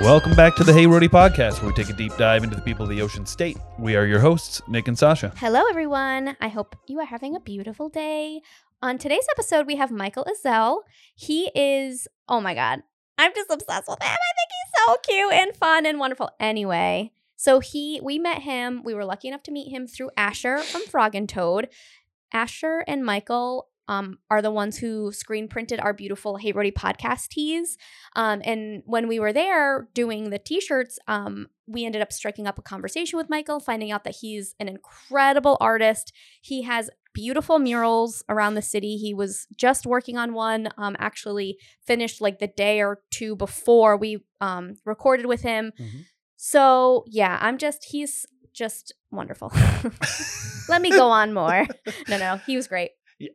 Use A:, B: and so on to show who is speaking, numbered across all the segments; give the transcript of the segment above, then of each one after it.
A: Welcome back to the Hey Roadie podcast, where we take a deep dive into the people of the ocean state. We are your hosts, Nick and Sasha.
B: Hello, everyone. I hope you are having a beautiful day. On today's episode, we have Michael Azell. He is, oh my God, I'm just obsessed with him. I think he's so cute and fun and wonderful. Anyway, so he, we met him. We were lucky enough to meet him through Asher from Frog and Toad. Asher and Michael um, are the ones who screen printed our beautiful Hey Roadie podcast tees. Um, and when we were there doing the t-shirts, um, we ended up striking up a conversation with Michael, finding out that he's an incredible artist. He has beautiful murals around the city. He was just working on one, um, actually finished like the day or two before we um, recorded with him. So yeah, I'm just he's just wonderful. Let me go on more. No, no, he was great.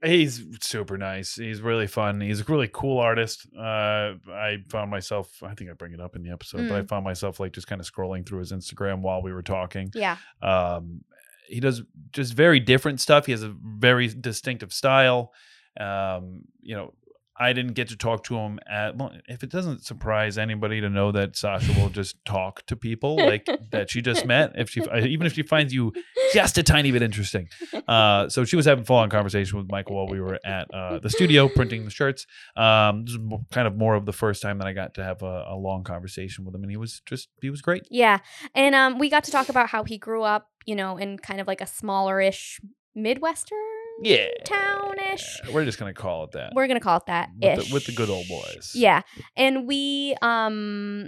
A: He's super nice. He's really fun. He's a really cool artist. Uh, I found myself, I think I bring it up in the episode, but I
B: Mm.
A: found myself like just kind of scrolling through his Instagram while we were talking.
B: Yeah,
A: Um, he does just very different stuff. He has a very distinctive style. Um, you know, I didn't get to talk to him at. Well, if it doesn't surprise anybody to know that Sasha will just talk to people like that she just met, if she even if she finds you just a tiny bit interesting. Uh, so she was having full on conversation with Michael while we were at uh, the studio printing the shirts. Um, this is mo- kind of more of the first time that I got to have a, a long conversation with him, and he was just he was great.
B: yeah, and um, we got to talk about how he grew up, you know, in kind of like a smaller-ish Midwestern
A: Yeah,
B: townish.
A: We're just gonna call it that.
B: We're gonna call it that.
A: with the, with the
B: ish.
A: good old boys.
B: Yeah. And we um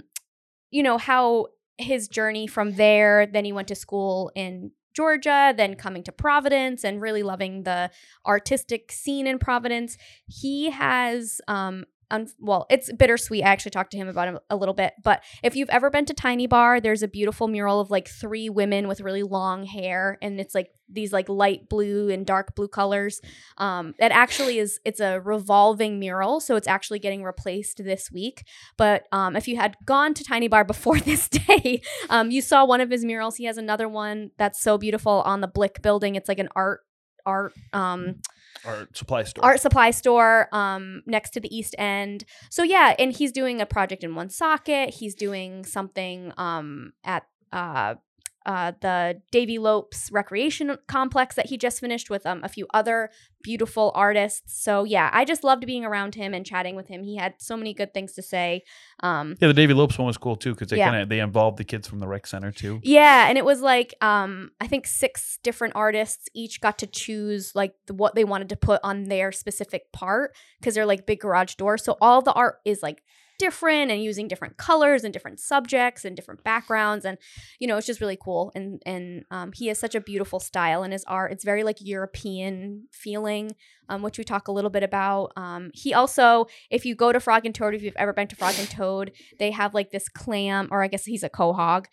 B: you know how his journey from there then he went to school in Georgia, then coming to Providence and really loving the artistic scene in Providence. He has um un- well, it's bittersweet. I actually talked to him about it a little bit, but if you've ever been to Tiny Bar, there's a beautiful mural of like three women with really long hair, and it's like these like light blue and dark blue colors. Um, that actually is it's a revolving mural, so it's actually getting replaced this week. But um, if you had gone to Tiny Bar before this day, um, you saw one of his murals. He has another one that's so beautiful on the Blick building. It's like an art art um
A: Our supply store.
B: art supply store um, next to the East End. So yeah, and he's doing a project in one socket. He's doing something um, at uh, uh, the Davy Lopes Recreation Complex that he just finished with um, a few other beautiful artists. So yeah, I just loved being around him and chatting with him. He had so many good things to say. Um,
A: yeah, the Davy Lopes one was cool too because they
B: Yeah.
A: kind of they involved the kids from the rec center too.
B: yeah, and it was like um, I think six different artists each got to choose like the, what they wanted to put on their specific part because they're like big garage doors. So all the art is like different and using different colors and different subjects and different backgrounds and you know it's just really cool and and um, he has such a beautiful style in his art it's very like european feeling um, which we talk a little bit about um, he also if you go to frog and toad if you've ever been to frog and toad they have like this clam or i guess he's a quahog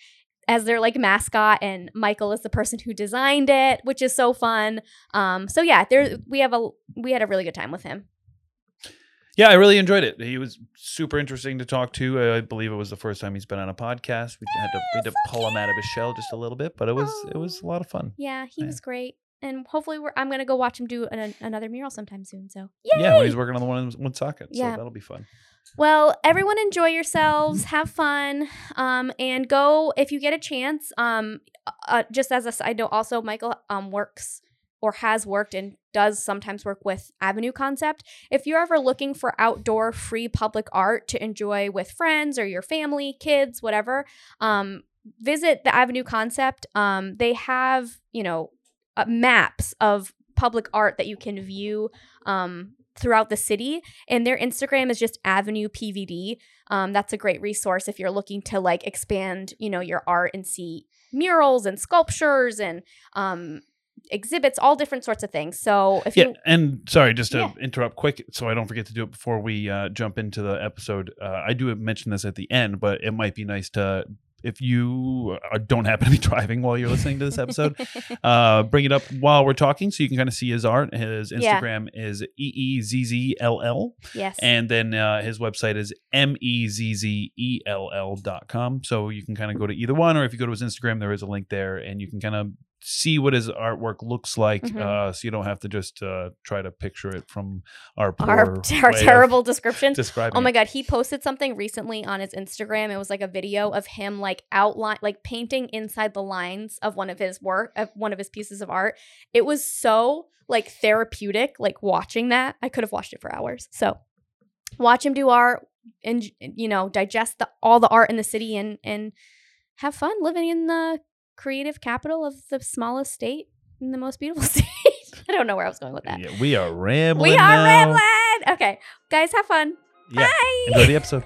B: as their like mascot and michael is the person who designed it which is so fun um, so yeah there we have a we had a really good time with him
A: Yeah, I really enjoyed it. He was super interesting to talk to. I believe it was the first time he's been on a podcast. We had to we had to pull him out of his shell just a little bit, but it was it was a lot of fun.
B: Yeah, he
A: Yeah.
B: was great. And hopefully, we're, I'm going to go watch him do an, an- another mural sometime soon. So,
A: Yeah, when
B: Yay!
A: he's working on the one one socket, so
B: Yeah.
A: that'll be fun.
B: Well, everyone enjoy yourselves, have fun, um, and go if you get a chance. Um, uh, just as a side note, also Michael um, works or has worked and does sometimes work with Avenue Concept. If you're ever looking for outdoor free public art to enjoy with friends or your family, kids, whatever, um, visit the Avenue Concept. Um, they have you know uh, maps of public art that you can view. Um, throughout the city and their instagram is just avenue pvd um, that's a great resource if you're looking to like expand you know your art and see murals and sculptures and um, exhibits all different sorts of things so if
A: Yeah,
B: you
A: and sorry, just to
B: Yeah.
A: interrupt quick, so I don't forget to do it before we uh, jump into the episode. Uh, I do mention this at the end, but it might be nice to, if you uh, don't happen to be driving while you're listening to this episode, uh, bring it up while we're talking, so you can kind of see his art. His
B: Yeah.
A: Instagram is e e z z l l,
B: yes
A: and then uh, his website is m e z z e l l dot com. So you can kind of go to either one, or if you go to his Instagram, there is a link there, and you can kind of see what his artwork looks like,
B: Mhm.
A: uh, so you don't have to just uh, try to picture it from our poor
B: Our,
A: way
B: our
A: of
B: terrible description.
A: describing.
B: Oh my
A: it.
B: god, he posted something recently on his Instagram. It was like a video of him like outline like painting inside the lines of one of his work of one of his pieces of art. It was so like therapeutic like watching that. I could have watched it for hours. So watch him do art and you know, digest the, all the art in the city and and have fun living in the creative capital of the smallest state in the most beautiful state. I don't know where I was going with that.
A: Yeah, we are rambling.
B: We are
A: now.
B: rambling. Okay, guys, have fun.
A: Yeah.
B: Bye.
A: Enjoy the episode.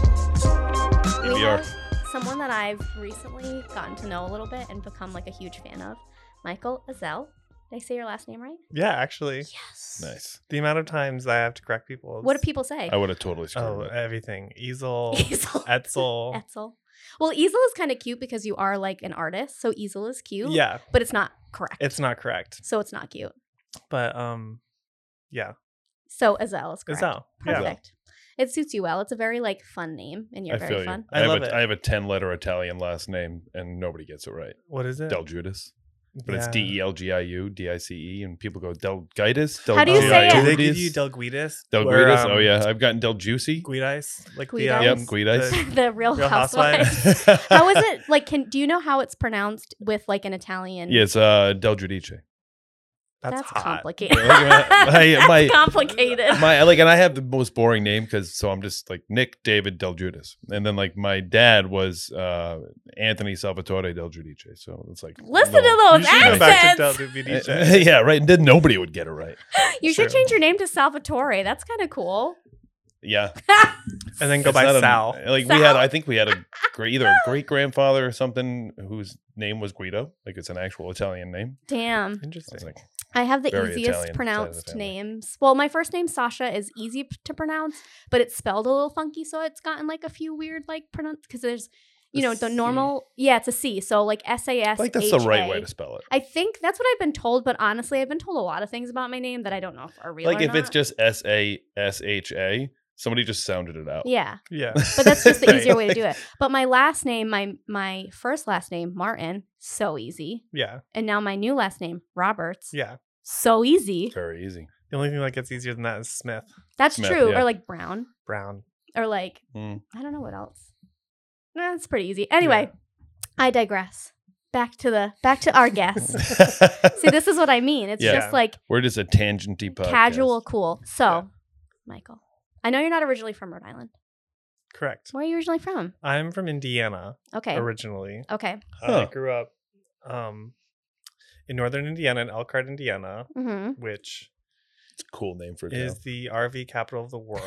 A: Here
B: we
A: we are.
B: have someone that I've recently gotten to know a little bit and become like a huge fan of, Michael Azell. Did I say your last name right?
C: Yeah, actually,
B: Yes.
A: nice.
C: the amount of times I have to correct people.
B: What do
C: is-
B: people say?
A: I would have totally screwed
C: Oh,
A: it.
C: everything. Easel,
B: Easel.
C: Etzel.
B: Etzel. Well, Easel is kind of cute because you are like an artist, so Easel is cute.
C: Yeah,
B: But it's not correct.
C: it's not correct,
B: so it's not cute.
C: but um, yeah,
B: So Azell is correct.
C: it's out. Yeah,
B: Perfect. It suits you well. It's a very like fun name, and you're
A: I feel
B: very
A: you.
B: fun.
A: I,
C: I
A: have
C: love
A: a,
C: it.
A: I have a ten-letter Italian last name, and nobody gets it right.
C: what is it?
A: Del Judas, but it's
C: Yeah.
A: D E L G I U D I C E, and people go Del Gaitis. Del
B: How do you
C: Oh,
B: say it?
C: Do they give
A: Judas,
C: you Del Guidis?
A: Del
C: Or,
A: Guidas?
C: um,
A: oh yeah, I've gotten Del Juicy.
C: Guidis, like the
B: Guidis?
C: um,
A: Yep,
C: the-
A: Guidis.
B: the Real,
C: Real
B: Housewives.
C: Housewives.
B: how is it like? Can do you know how it's pronounced with like an Italian?
A: Yes, uh, Del Giudice.
C: That's,
B: That's,
C: hot.
B: complicated.
A: Yeah, look at that. uh, My-
B: That's
A: my-
B: complicated.
A: My like, and I have the most boring name because so I'm just like Nick David Del Judas, and then like my dad was uh, Anthony Salvatore Del Giudice. So it's like
B: Listen
A: little-
B: to
C: You
B: those
C: should go back to Del
B: Oh, accents.
A: Uh,
C: Guidis.
A: yeah, right. And then nobody would get it right.
B: You should
C: Sure.
B: change your name to Salvatore. That's kind of cool.
A: Yeah,
C: and then go
A: It's
C: by
A: not a- eh.
C: Sal.
A: like we had, I think we had a great, either a great grandfather or something whose name was Guido. Like it's an actual Italian name.
B: Damn.
A: I was
C: Interesting.
A: like,
B: I have the
A: Very
B: easiest
A: Italian side of the
B: pronounced
A: family.
B: names. Well, my first name Sasha is easy p- to pronounce, but it's spelled a little funky, so it's gotten like a few weird like pronounce because there's you
C: A
B: know the
C: C.
B: normal yeah it's a C so like S A
A: I
B: S.
A: think that's the right way to spell it.
B: I think that's what I've been told, but honestly, I've been told a lot of things about my name that I don't know if are real.
A: Like
B: or
A: if it's
B: not.
A: just S A S H A, somebody just sounded it out.
B: yeah.
C: Yeah.
B: but that's just the
C: Right.
B: easier way to do it. But my last name, my my first last name, Martin, so easy.
C: Yeah.
B: And now my new last name, Roberts,
C: Yeah.
B: so easy.
A: Very easy.
C: The only thing that gets easier than that is Smith
B: That's
A: Smith,
B: true.
A: yeah.
B: Or like Brown,
C: Brown.
B: or like
A: Mm.
B: I don't know what else. That's pretty easy. Anyway, I digress. Back to the back to our guests. See, this is what I mean. It's
A: Yeah.
B: just like
A: We're just a tangenty podcast.
B: casual, cool. So,
C: Yeah.
B: Michael, I know you're not originally from Rhode Island.
C: Correct.
B: Where are you originally from?
C: I'm from Indiana
B: Okay.
C: originally.
B: okay.
A: Huh.
C: I grew up um, in northern Indiana, in Elkhart, Indiana,
B: Mm-hmm.
C: which
A: It's a cool name for it.
C: is the RV capital of the world.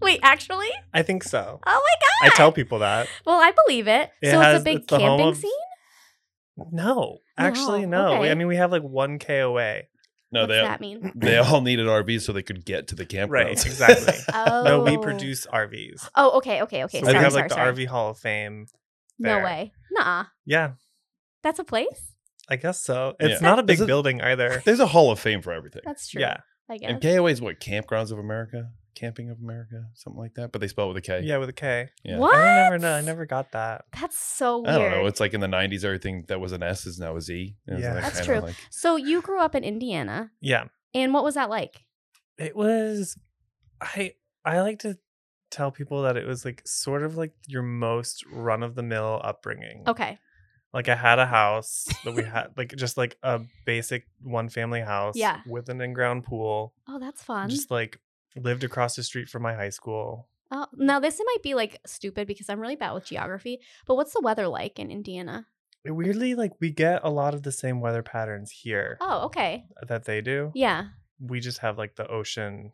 B: Wait, actually?
C: I think so.
B: Oh my
C: I
B: god.
C: tell people that.
B: Well, I believe it.
C: It
B: so it's
C: has-
B: a big
C: it's the home
B: camping
C: of-
B: scene?
C: No, actually,
B: No,
C: no. We-
B: okay.
C: I mean, we have like one KOA.
A: No,
B: What's
A: they
B: that mean?
A: they all needed RVs so they could get to the campgrounds.
C: Right, exactly.
B: Oh.
C: No, we produce RVs.
B: Oh, okay, okay, okay.
C: so
B: sorry,
C: we have
B: sorry,
C: like
B: sorry.
C: the RV Hall of Fame.
B: No
C: there.
B: way. Nuh-uh.
C: Yeah,
B: That's a place?
C: I guess so. It's
A: Yeah.
C: not a
A: This
C: big
A: is-
C: building either.
A: There's a Hall of Fame for everything.
B: That's true.
C: Yeah,
B: I guess.
A: And KOA is what Campgrounds of America, Camping of America, something like that. But they spell it with a K.
C: yeah, with a K.
A: Yeah.
B: What?
C: I don't never know. I never got that.
B: That's so weird.
A: I don't know. It's like in the '90s, everything that was an S is now a Z. and it's
C: Yeah.
A: like
B: That's
A: kinda
B: true.
A: like-
B: so you grew up in Indiana,
C: Yeah,
B: and what was that like?
C: it was i i like to tell people that it was like sort of like your most run of the mill upbringing
B: Okay.
C: like i had a house that we had like just like a basic one family house
B: Yeah.
C: with an in-ground pool
B: Oh, that's fun.
C: just like lived across the street from my high school
B: oh, now this might be like stupid because I'm really bad with geography, but what's the weather like in Indiana?
C: weirdly like we get a lot of the same weather patterns here
B: Oh, okay.
C: that they do
B: Yeah.
C: we just have like the ocean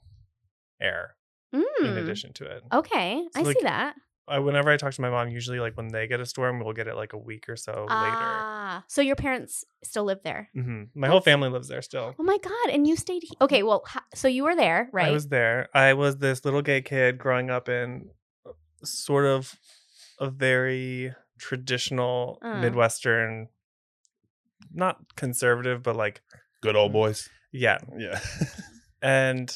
C: air
B: Mm.
C: in addition to
B: Oh.
C: it
B: Okay,
C: So,
B: I
C: like,
B: see that.
C: I, whenever i talk to my mom usually like when they get a storm we'll get it like a week or so later
B: Ah, so your parents still live there?
C: hmm My whole
B: That's-
C: family lives there still.
B: Oh my god! And you stayed. He- okay, well, ho- so you were there, right?
C: I was there. I was this little gay kid growing up in uh, sort of a very traditional
B: Uh.
C: Midwestern, not
B: Mm.
C: conservative, but like,
A: Good old boys.
C: yeah.
A: Yeah.
C: And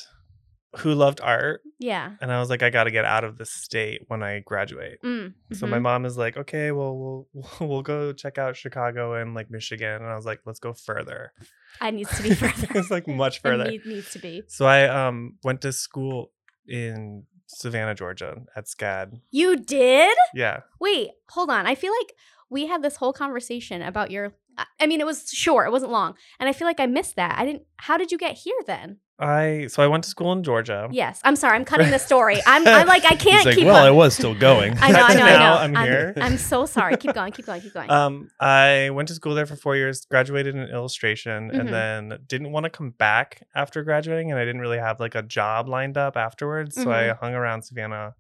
C: who loved art,
B: Yeah.
C: and I was like, I got to get out of this state when I graduate.
B: Mm,
C: So
B: mhm.
C: my mom is like, okay, well, we'll we'll go check out Chicago and like Michigan, and I was like, let's go further.
B: mm-hmm. I needs to be further.
C: it's like much
B: It
C: further.
B: need- needs to be.
C: So I um went to school in Savannah, Georgia, at SCAD.
B: You did?
C: Yeah,
B: Wait, hold on. I feel like we had this whole conversation about your. I- I mean, it was short. It wasn't long, and I feel like I missed that. I didn't. How did you get here then?
C: I so I went to school in Georgia.
B: Yes, I'm sorry. I'm cutting the story. I'm. I'm Um, like I can't
D: He's like,
B: keep.
D: well, I
B: up.
D: was still going.
B: I know. I know. I know.
C: Now I'm here.
B: I'm so sorry. Keep going. Keep going. Keep going.
C: Um, I went to school there for four years, graduated in illustration,
B: Mhm.
C: and then didn't want to come back after graduating, and I didn't really have like a job lined up afterwards. So I hung around Savannah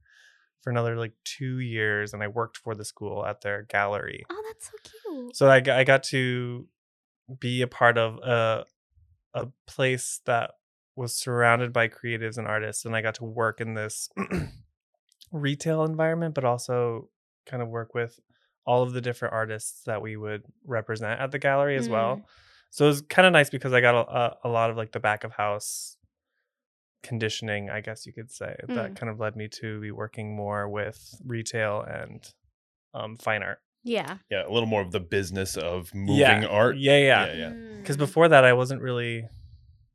C: for another like two years, and I worked for the school at their gallery.
B: oh, that's so cute.
C: So I, g- I got to be a part of a a place that was surrounded by creatives and artists, and I got to work in this retail environment, but also kind of work with all of the different artists that we would represent at the gallery as well. So it was kind of nice because I got a, a, a lot of like the back of house conditioning, I guess you could say, that kind of led me to be working more with retail and um, fine art.
B: Yeah.
D: yeah, a little more of the business of moving
C: Yeah.
D: art.
C: Yeah, yeah.
D: Yeah, yeah.
C: because before that i wasn't really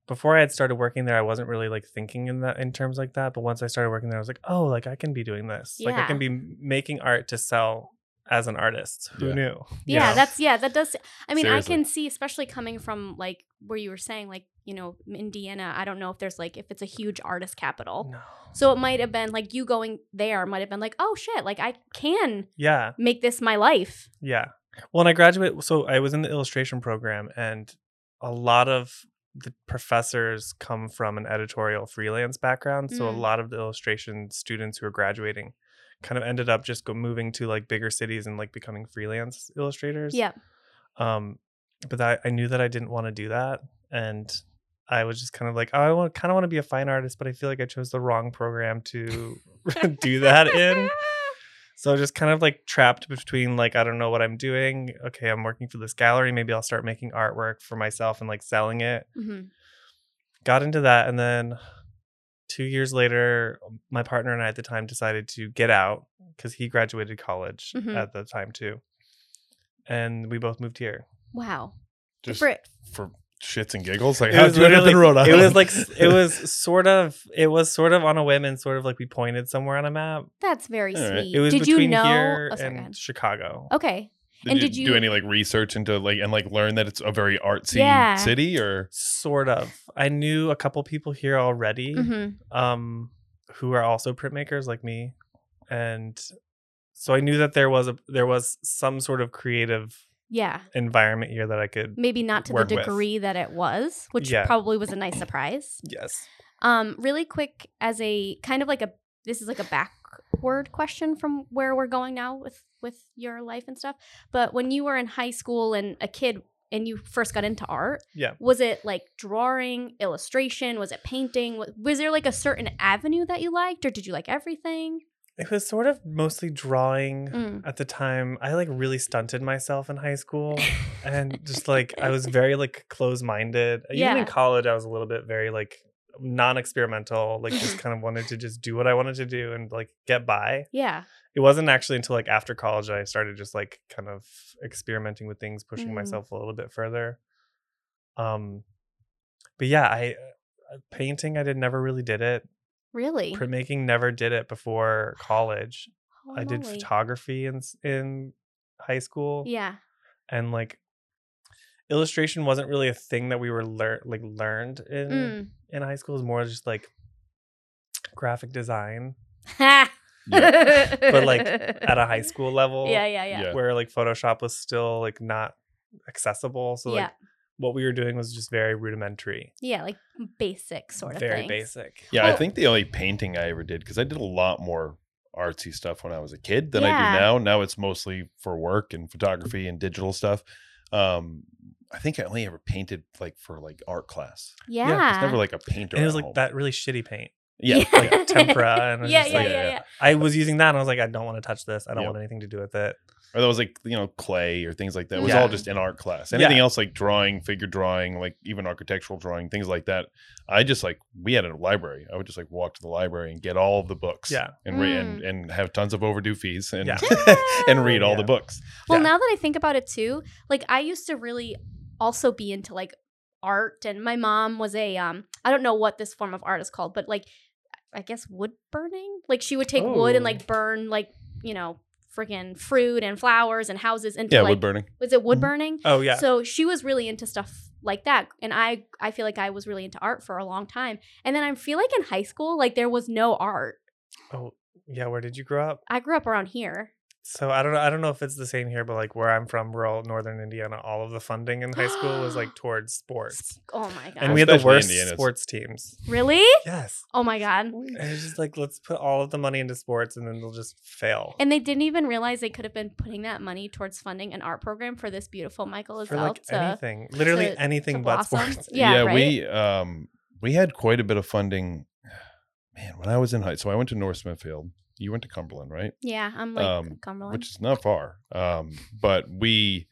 C: before i had started working there i wasn't really like thinking in that in terms like that but once i started working there i was like oh like i can be doing this like i
B: Yeah.
C: can be m- making art to sell as an artist who
D: Yeah.
C: knew you
B: yeah
C: know?
B: that's yeah that does i mean
D: Seriously.
B: i can see especially coming from like where you were saying like you know indiana i don't know if there's like if it's a huge artist capital
C: no.
B: so it might have been like you going there might have been like oh shit like i can
C: yeah
B: make this my life
C: yeah well and i graduate so i was in the illustration program and a lot of the professors come from an editorial freelance background so a
B: Mm.
C: lot of the illustration students who are graduating kind of ended up just go moving to like bigger cities and like becoming freelance illustrators
B: yeah
C: um but I i knew that i didn't want to do that and i was just kind of like oh, i want kind of want to be a fine artist but i feel like i chose the wrong program to do that in so just kind of like trapped between like i don't know what i'm doing okay i'm working for this gallery maybe i'll start making artwork for myself and like selling it
B: hmm
C: got into that and then two years later my partner and i at the time decided to get out because he graduated college
B: Mhm.
C: at the time too and we both moved here
B: wow
D: Just
B: For-
D: for shits and giggles. Like,
C: It
D: how
C: was
D: did you end up in
C: literally-
D: Rhode Island?
C: It was like s- it was sort of it was sort of on a whim and sort of like we pointed somewhere on a map.
B: that's very
D: All right.
B: sweet
C: It was
B: did
C: between
B: you know
C: here
B: oh, sorry, go ahead.
C: and Chicago.
B: okay
D: Did
B: and
D: you
B: did
D: do
B: you-
D: any like research into like and like learn that it's a very artsy
B: Yeah.
D: city or
C: Sort of. I knew a couple people here already,
B: hmm
C: um, who are also printmakers like me, and so I knew that there was a there was some sort of creative
B: yeah
C: environment here that I could.
B: maybe not to the
C: Work with.
B: degree that it was which
C: Yeah.
B: probably was a nice surprise
C: Yes.
B: Um, really quick, as a kind of like a this is like a backward question from where we're going now with with your life and stuff. But when you were in high school and a kid and you first got into art,
C: Yeah.
B: was it like drawing, illustration? Was it painting? Wa- Was there like a certain avenue that you liked, or did you like everything?
C: It was sort of mostly drawing.
B: Mm.
C: at the time i like really stunted myself in high school and just like i was very like close-minded even
B: Yeah.
C: in college i was a little bit very like non-experimental like just kind of wanted to just do what i wanted to do and like get by
B: Yeah,
C: it wasn't actually until like after college that i started just like kind of experimenting with things pushing
B: Mm.
C: myself a little bit further um but yeah i uh, painting i did never really did it
B: really.
C: printmaking never did it before college
B: Holy
C: I did
B: moly.
C: photography in s- in high school,
B: Yeah,
C: and like illustration wasn't really a thing that we were lear- like learned in
B: mm.
C: in high school. It's more just like graphic design
B: but
C: like, at a high school level,
B: Yeah, yeah, yeah.
D: Yeah.
C: where like Photoshop was still like not accessible. So
B: Yeah.
C: like what we were doing was just very rudimentary,
B: Yeah, like basic sort of
C: very
B: things.
C: basic.
D: yeah, I
B: Well-
D: think the only painting I ever did because I did a lot more artsy stuff when I was a kid than I
B: Yeah.
D: do now. Now it's mostly for work and photography and digital stuff. Um, I think I only ever painted like for like art class.
B: Yeah,
D: It's never like a painter.
C: And it was
D: at
C: like
D: home.
C: that really shitty paint.
D: Yeah, yeah.
C: like tempera and it was
B: yeah,
C: just
B: yeah,
D: like-
B: yeah, yeah.
C: I was using that and I was like, I don't want to touch this. I don't
D: Yeah.
C: want anything to do with it.
A: or that was like you know clay or things like that. It was
C: Yeah.
A: all just in art class.
C: Yeah.
A: Anything else like drawing, figure drawing, like even architectural drawing, things like that. I just like we had a library. I would just like walk to the library and get all of the books.
C: Yeah.
A: and re- and and have tons of overdue fees and
C: Yeah.
B: Oh,
A: and read all
C: Yeah.
A: the books.
B: Well,
C: Yeah.
B: now that I think about it too, like I used to really also be into like art, and my mom was a um I don't know what this form of art is called, but like I guess wood burning. Like she would take wood and
C: Oh.
B: like burn like you know freaking fruit and flowers and houses into
A: Yeah,
B: like
A: wood burning.
B: was it wood
C: Mhm.
B: burning?
C: Oh yeah.
B: So she was really into stuff like that. And I I feel like I was really into art for a long time. And then I feel like in high school, like there was no art.
C: oh yeah. Where did you grow up?
B: I grew up around here.
C: So I don't know. I don't know if it's the same here, but like where I'm from, rural northern Indiana, all of the funding in high school was like towards sports,
B: Oh my god.
C: and we had the
A: Especially
C: worst
A: Indiana's.
C: sports teams.
B: really?
C: Yes.
B: Oh my god.
C: And it's just like let's put all of the money into sports, and then they'll just fail.
B: And they didn't even realize they could have been putting that money towards funding an art program for this beautiful Michael
C: for
B: Azell
C: like
B: to
C: anything, literally
B: to- to
C: anything but
B: blossom.
C: sports.
B: Yeah, right.
A: we um we had quite a bit of funding. Man, when I was in high, so I went to North Smithfield. You went to Cumberland, right?
B: yeah, I'm like
A: Um,
B: Cumberland.
A: which is not far. Um, but we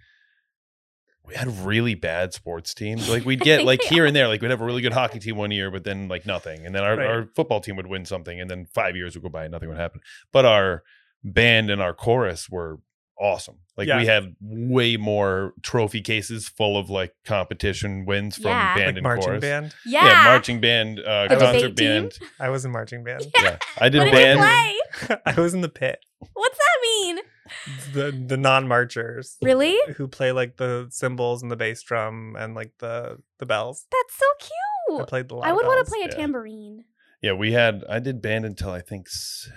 A: we had really bad sports teams. Like we'd get like here and there, like we'd have a really good hockey team one year, but then like nothing. And then our,
C: Right.
A: our football team would win something, and then five years would go by and nothing would happen. But our band and our chorus were awesome. Like
C: Yeah.
A: we had way more trophy cases full of like competition wins from
B: Yeah.
A: band
C: Like
A: and
C: marching
A: chorus.
C: band.
B: yeah.
A: Yeah. marching band, uh,
B: The debate
A: concert
B: team?
A: band.
C: I was in marching band.
A: Yeah, I did
B: What did
A: band.
B: you play?
C: I was in the pit.
B: What's that mean?
C: The the non marchers
B: Really?
C: who play like the cymbals and the bass drum and like the the bells.
B: That's so
C: I
B: cute.
C: played the.
B: I would want to play a
A: yeah.
B: tambourine.
A: Yeah, we had. I did band until I think s-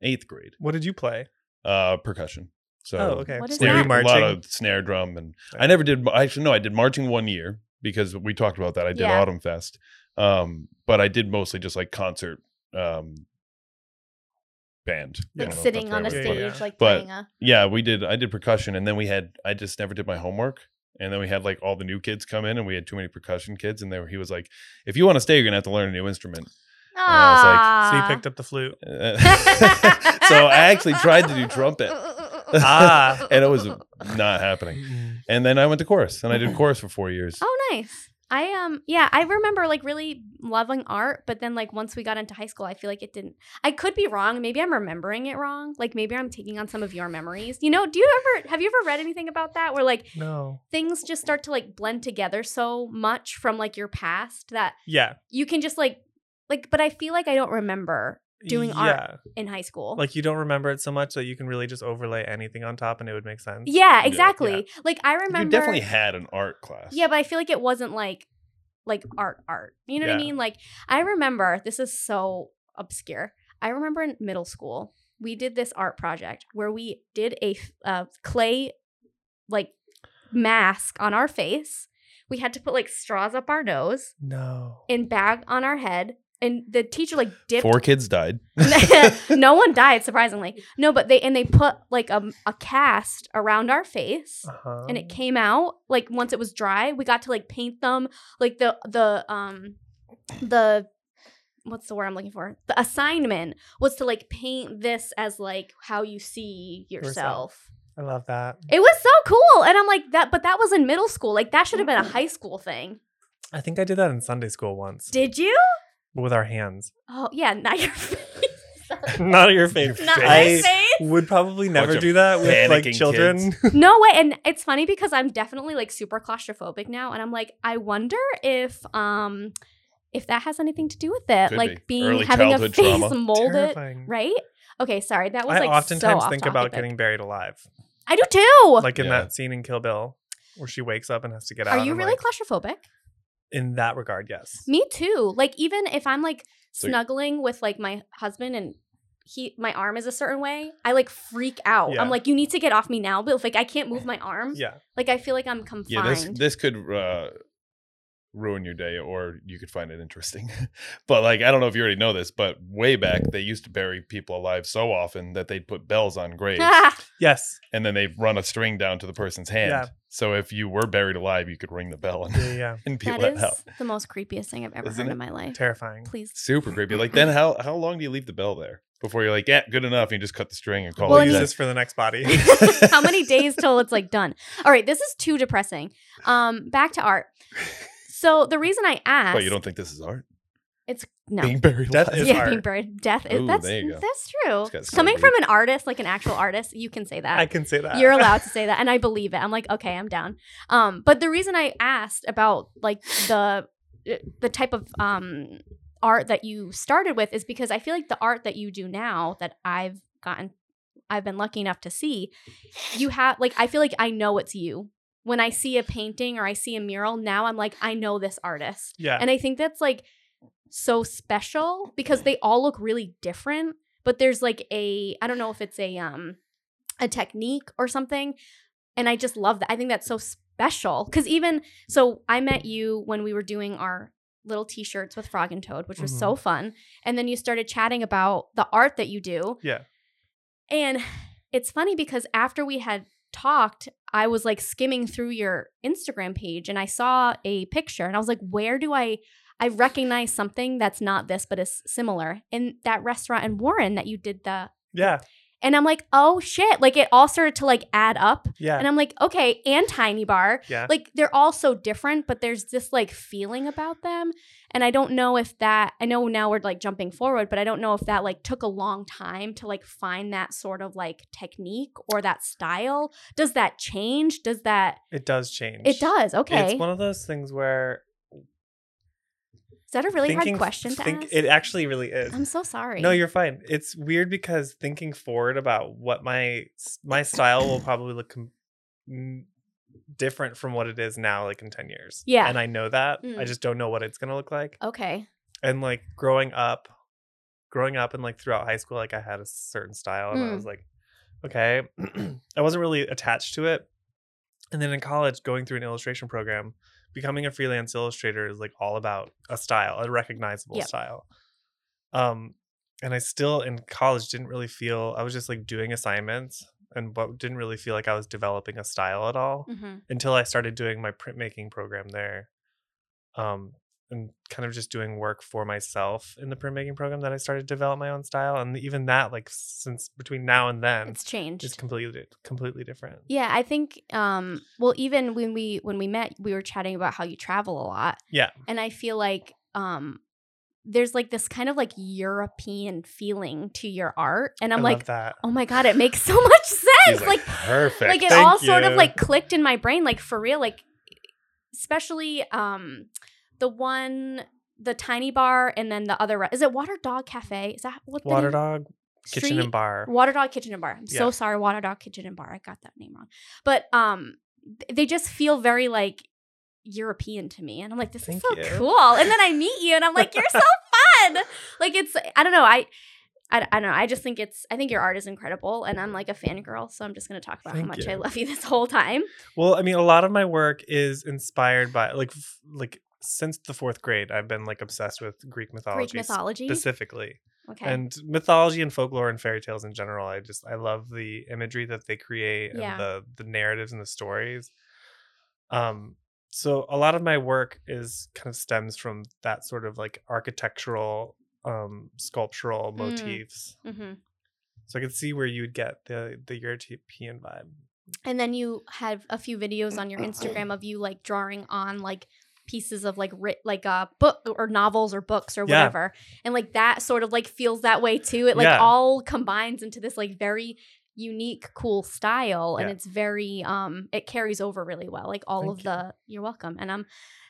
A: eighth grade.
C: What did you play?
A: uh percussion. So
C: oh, okay.
B: What is
A: snare,
B: that?
A: a lot of snare drum and I never did actually no, I did marching one year because we talked about that. I did
B: Yeah.
A: Autumn Fest. Um, but I did mostly just like concert um band. I
B: Like
A: don't know if
B: sitting
A: that's the
B: on a
A: right word, but-
B: stage,
C: Yeah, yeah.
B: like
A: But-
B: playing a
A: Yeah, we did I did percussion and then we had I just never did my homework. And then we had like all the new kids come in and we had too many percussion kids and they were he was like, If you want to stay, you're gonna have to learn a new instrument. I
C: So you
B: Aw.
C: picked up the flute.
A: Uh, so I actually tried to do trumpet.
C: Ah.
A: and it was not happening. And then I went to chorus, and I did chorus for four years.
B: Oh, nice. I um yeah, I remember like really loving art, but then like once we got into high school, I feel like it didn't. I could be wrong. Maybe I'm remembering it wrong. Like maybe I'm taking on some of your memories. You know, do you ever have you ever read anything about that where like
C: No.
B: things just start to like blend together so much from like your past that
C: Yeah.
B: you can just like like but I feel like I don't remember Doing
C: yeah.
B: art. in high school.
C: Like you don't remember it so much that you can really just overlay anything on top and it would make sense.
B: yeah, exactly. Like I
A: You
B: remember
A: definitely had an art class.
B: Yeah, but I feel like it wasn't like like art art. You know what I
C: Yeah.
B: mean? Like I remember this is so obscure. I remember in middle school we did this art project where we did a f- uh, clay like mask on our face. We had to put like straws up our nose
C: No.
B: and bag on our head. And the teacher like dipped
A: four kids died.
B: no one died, surprisingly. No, but they and they put like a, a cast around our face
C: Uh-huh.
B: and it came out like once it was dry we got to like paint them like the the um the what's the word i'm looking for the assignment was to like paint this as like how you see yourself
C: Yourself. I love that.
B: it was so cool and i'm like that but that was in middle school like that should have been a high school thing
C: I think I did that in Sunday school once
B: did you
C: with our hands.
B: oh yeah not your face
C: Not your face.
B: not
A: Face.
B: my
C: I
B: face
C: would probably never
A: of
C: do that with like
A: panicking
C: children.
B: no way and it's funny because i'm definitely like super claustrophobic now and i'm like i wonder if um if that has anything to do with it
A: Could
B: like
A: be.
B: being
A: Early
B: having a
A: childhood
B: face
A: trauma.
B: molded
C: Terrifying.
B: right okay sorry that was
C: I
B: like
C: oftentimes
B: so
C: think
B: off
C: about
B: topic.
C: getting buried alive,
B: i do too
C: like in
A: Yeah.
C: that scene in Kill Bill where she wakes up and has to get out.
B: are you
C: I'm
B: really
C: like,
B: claustrophobic
C: in that regard? Yes.
B: me too like even if i'm like
A: So you-
B: snuggling with like my husband and he my arm is a certain way i like freak out
C: Yeah.
B: i'm like you need to get off me now but if, like i can't move my arm
C: Yeah.
B: like i feel like i'm confined
A: Yeah, this this could uh, ruin your day, or you could find it interesting. but like, I don't know if you already know this, but way back they used to bury people alive so often that they'd put bells on graves,
C: Yes.
A: and then they'd run a string down to the person's hand.
C: Yeah.
A: So if you were buried alive, you could ring the bell and,
C: Yeah. yeah.
A: and be
B: that
A: let
B: is
A: out.
B: the most creepiest thing i've ever
A: Isn't
B: heard
A: it
B: in my life
C: Terrifying.
B: please
A: Super creepy. Like then, how how long do you leave the bell there? before you're like, yeah, good enough. And you just cut the string and call
B: Well,
A: it
B: and
C: use
A: that.
B: he-
C: this for the next body.
B: How many days till it's like done? All right, this is too depressing. Um, back to art. So the reason I asked,
A: But you don't think this is art?
B: no,
A: Being buried
C: Death
A: alive.
C: is
B: yeah,
C: art.
B: being buried, death is
A: Ooh,
B: that's
A: there you go.
B: that's true.
A: It's got so
B: Coming
A: deep.
B: from an artist, like an actual artist, you can say that.
C: I can say that.
B: You're allowed to say that, and I believe it. I'm like, okay, I'm down. Um, but the reason I asked about like the eh, the type of um art that you started with is because I feel like the art that you do now that I've gotten, I've been lucky enough to see, you have like I feel like I know it's you. When I see a painting or I see a mural now, I'm like, I know this artist.
C: Yeah.
B: And I think that's like so special because they all look really different, but there's like a I don't know if it's a um a technique or something. And I just love that. I think that's so special cuz even so I met you when we were doing our little t-shirts with Frog and Toad, which was so fun. And then you started chatting about the art that you do.
C: Yeah.
B: And it's funny because after we had talked, I was like skimming through your Instagram page and I saw a picture and I was like, where do I I recognize something that's not this but is similar in that restaurant in Warren that you did the
C: yeah.
B: and I'm like, oh shit. Like it all started to like add up.
C: Yeah.
B: And I'm like, okay, and Tiny Bar.
C: Yeah.
B: Like they're all so different, but there's this like feeling about them. And I don't know if that, I know now we're like jumping forward, but I don't know if that like took a long time to like find that sort of like technique or that style. Does that change? Does that,
C: it does change.
B: it does. Okay.
C: It's one of those things where
B: Is that a really
C: thinking-
B: hard question to
C: think-
B: ask?
C: It actually really is.
B: I'm so sorry.
C: No, you're fine. It's weird because thinking forward about what my s- my style will probably look com- m- different from what it is now, like in ten years.
B: Yeah.
C: and I know that. I
B: Mm.
C: just don't know what it's gonna look like.
B: Okay.
C: And like growing up, growing up, and like throughout high school, like I had a certain style, and I
B: Mm.
C: was like, okay, I wasn't really attached to it. And then in college, going through an illustration program, becoming a freelance illustrator is like all about a style, a recognizable
B: Yep.
C: style. Um, and I still in college didn't really feel I was just like doing assignments and but didn't really feel like I was developing a style at all
B: hmm
C: until I started doing my printmaking program there. Um, and kind of just doing work for myself in the printmaking program that I started to develop my own style. And even that, like since between now and then,
B: It's changed.
C: is completely completely different.
B: Yeah, I think um well even when we when we met we were chatting about how you travel a lot.
C: Yeah.
B: And I feel like um there's like this kind of like European feeling to your art and I'm
C: I
B: like
C: love that.
B: oh my god it makes so much sense.
A: He's
B: Like
A: perfect.
B: like it
C: Thank
B: all sort of
C: you.
B: like clicked in my brain like for real like especially um the one the tiny bar and then the other re- is it Water Dog Cafe? Is that what the
C: Water
B: name-
C: Dog Kitchen
B: Street-
C: and Bar.
B: Water Dog Kitchen and Bar. I'm so
C: Yeah.
B: sorry, Water Dog Kitchen and Bar. I got that name wrong. But um th- they just feel very like European to me. And I'm like, this
C: Thank
B: is so
C: you.
B: cool. And then I meet you and I'm like, you're so fun. Like it's I don't know. I I, I don't know. I just think it's. I think your art is incredible, and I'm like a fangirl, so I'm just gonna talk about
C: Thank
B: how much I
C: you.
B: love you this whole time.
C: Well, I mean, a lot of my work is inspired by like f- like since the fourth grade, I've been like obsessed with Greek mythology,
B: Greek mythology.
C: specifically.
B: Okay.
C: and mythology and folklore and fairy tales in general i just i love the imagery that they create
B: Yeah.
C: and the the narratives and the stories um so a lot of my work is kind of stems from that sort of like architectural um sculptural
B: Mm.
C: motifs
B: hmm
C: so i could see where you would get the the european vibe
B: And then you have a few videos on your
C: Uh-huh.
B: Instagram of you like drawing on like pieces of like writ like uh book or novels or books or
C: Yeah.
B: whatever. And like that sort of like feels that way too. It like
C: Yeah.
B: all combines into this like very unique cool style and
C: Yeah.
B: it's very um it carries over really well. Like all of
C: Thank you.
B: the you're welcome. And I'm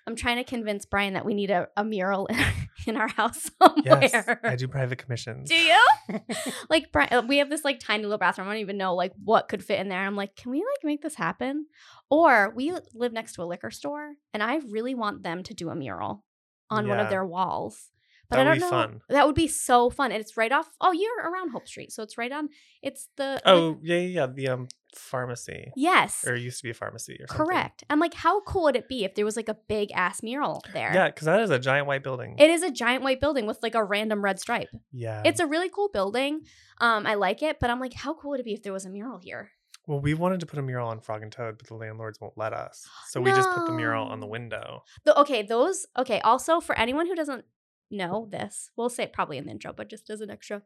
B: I'm trying to convince Brian that we need a, a mural in our, in our house somewhere.
C: yes i do private commissions
B: Do you? like Bri- uh, we have this like tiny little bathroom. I don't even know like what could fit in there. I'm like, can we like make this happen? Or we li- live next to a liquor store, and I really want them to do a mural on one of
C: Yeah.
B: their walls. But
C: That
B: I
C: would
B: don't
C: be
B: know.
C: fun.
B: That would be so fun. And it's right off. Oh, you're around Hope Street, so it's right on. It's the like-
C: oh yeah yeah yeah, the um pharmacy
B: yes,
C: or it used to be a pharmacy or something
B: correct. I'm like, how cool would it be if there was like a big ass mural there?
C: yeah because that is a giant white building
B: It is a giant white building with like a random red stripe.
C: yeah
B: It's a really cool building. Um, I like it, but I'm like, how cool would it be if there was a mural here?
C: Well, we wanted to put a mural on Frog and Toad, but the landlords won't let us. So we just put the mural on the
B: No.
C: window.
B: The, okay, those. Okay, also for anyone who doesn't know this, we'll say it probably in the intro, but just as an extra.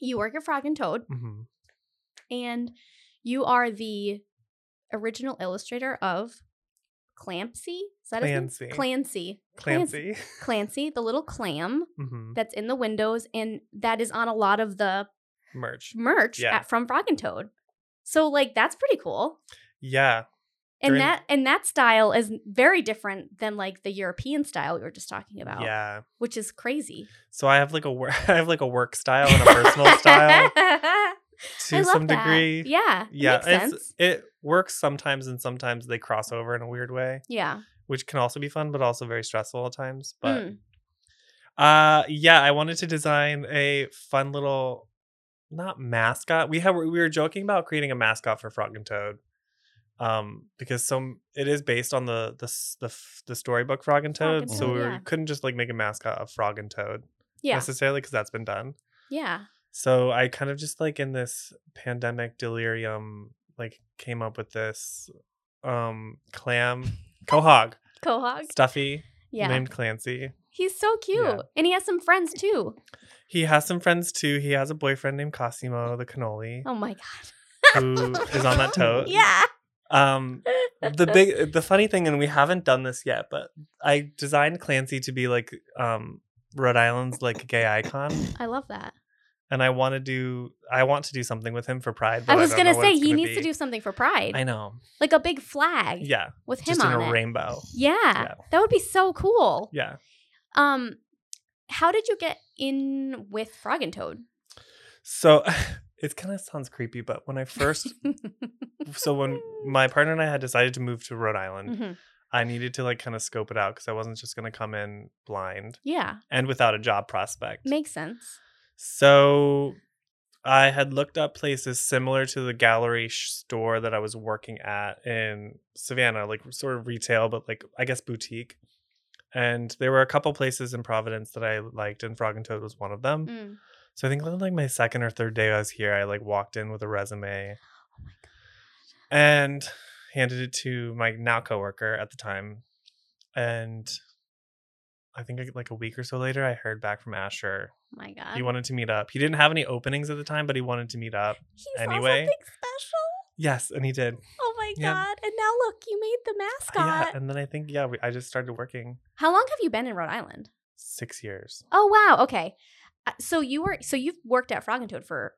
B: You work at Frog and Toad,
C: Mhm.
B: and you are the original illustrator of Clancy. Is that his
C: Clancy.
B: name? Clancy.
C: Clancy.
B: Clancy, the little clam
C: hmm
B: that's in the windows, and that is on a lot of the
C: Merch.
B: merch
C: Yeah.
B: at, from Frog and Toad. So like that's pretty cool.
C: Yeah.
B: And
C: During-
B: that and that style is very different than like the European style we were just talking about,
C: Yeah.
B: which is crazy.
C: So I have like a work I have like a work style and a personal style to
B: I love
C: some
B: that.
C: degree.
B: Yeah. it
C: Yeah,
B: Makes
C: it's,
B: sense.
C: it works sometimes, and sometimes they cross over in a weird way,
B: Yeah.
C: which can also be fun, but also very stressful at times. But
B: Mm.
C: uh, yeah, I wanted to design a fun little, not mascot. We have we were joking about creating a mascot for Frog and Toad, um, because some it is based on the the s- the, f- the storybook Frog and
B: Frog
C: Toad,
B: and
C: so
B: Toad,
C: we were-
B: yeah.
C: couldn't just like make a mascot of Frog and Toad
B: Yeah.
C: necessarily because that's been done.
B: Yeah.
C: So I kind of just like in this pandemic delirium, like came up with this um clam quahog
B: Quahog.
C: stuffy
B: Yeah.
C: named Clancy.
B: He's so cute. And he has some friends too.
C: He has some friends too. He has a boyfriend named Cosimo the cannoli
B: Oh my god.
C: who is on that tote.
B: Yeah.
C: Um the big the funny thing and we haven't done this yet, but I designed Clancy to be like um Rhode Island's like gay icon
B: I love that.
C: and I want to do I want to do something with him for pride.
B: I
C: but
B: was
C: don't
B: gonna
C: know what
B: say
C: it's
B: he
C: gonna
B: needs to
C: be.
B: do something for Pride,
C: I know.
B: like a big flag
C: Yeah.
B: with him
C: just in
B: on
C: a
B: it.
C: rainbow.
B: yeah,
C: Yeah.
B: that would be so cool.
C: Yeah.
B: Um, how did you get in with Frog and Toad?
C: So it kind of sounds creepy, but when I first, so when my partner and I had decided to move to Rhode Island,
B: Mhm.
C: I needed to like kind of scope it out because I wasn't just going to come in blind
B: Yeah,
C: and without a job prospect.
B: makes sense.
C: so I had looked up places similar to the gallery sh- store that I was working at in Savannah, like sort of retail, but like I guess boutique. And there were a couple places in Providence that I liked, and Frog and Toad was one of them.
B: Mm.
C: So I think on, like my second or third day I was here, I like walked in with a resume
B: Oh
C: and handed it to my now coworker at the time. And I think like, like a week or so later, I heard back from Asher.
B: My God,
C: He wanted to meet up. He didn't have any openings at the time, but he wanted to meet up.
B: he
C: anyway.
B: something special.
C: Yes, and he did.
B: Oh my
C: Yeah. Uh,
B: God! And now look, you made the
C: Yeah,
B: mascot.
C: and then I think yeah, we, I just started working
B: How long have you been in Rhode Island?
C: six years.
B: Oh wow, okay. Uh, So you were so you've worked at Frog and Toad for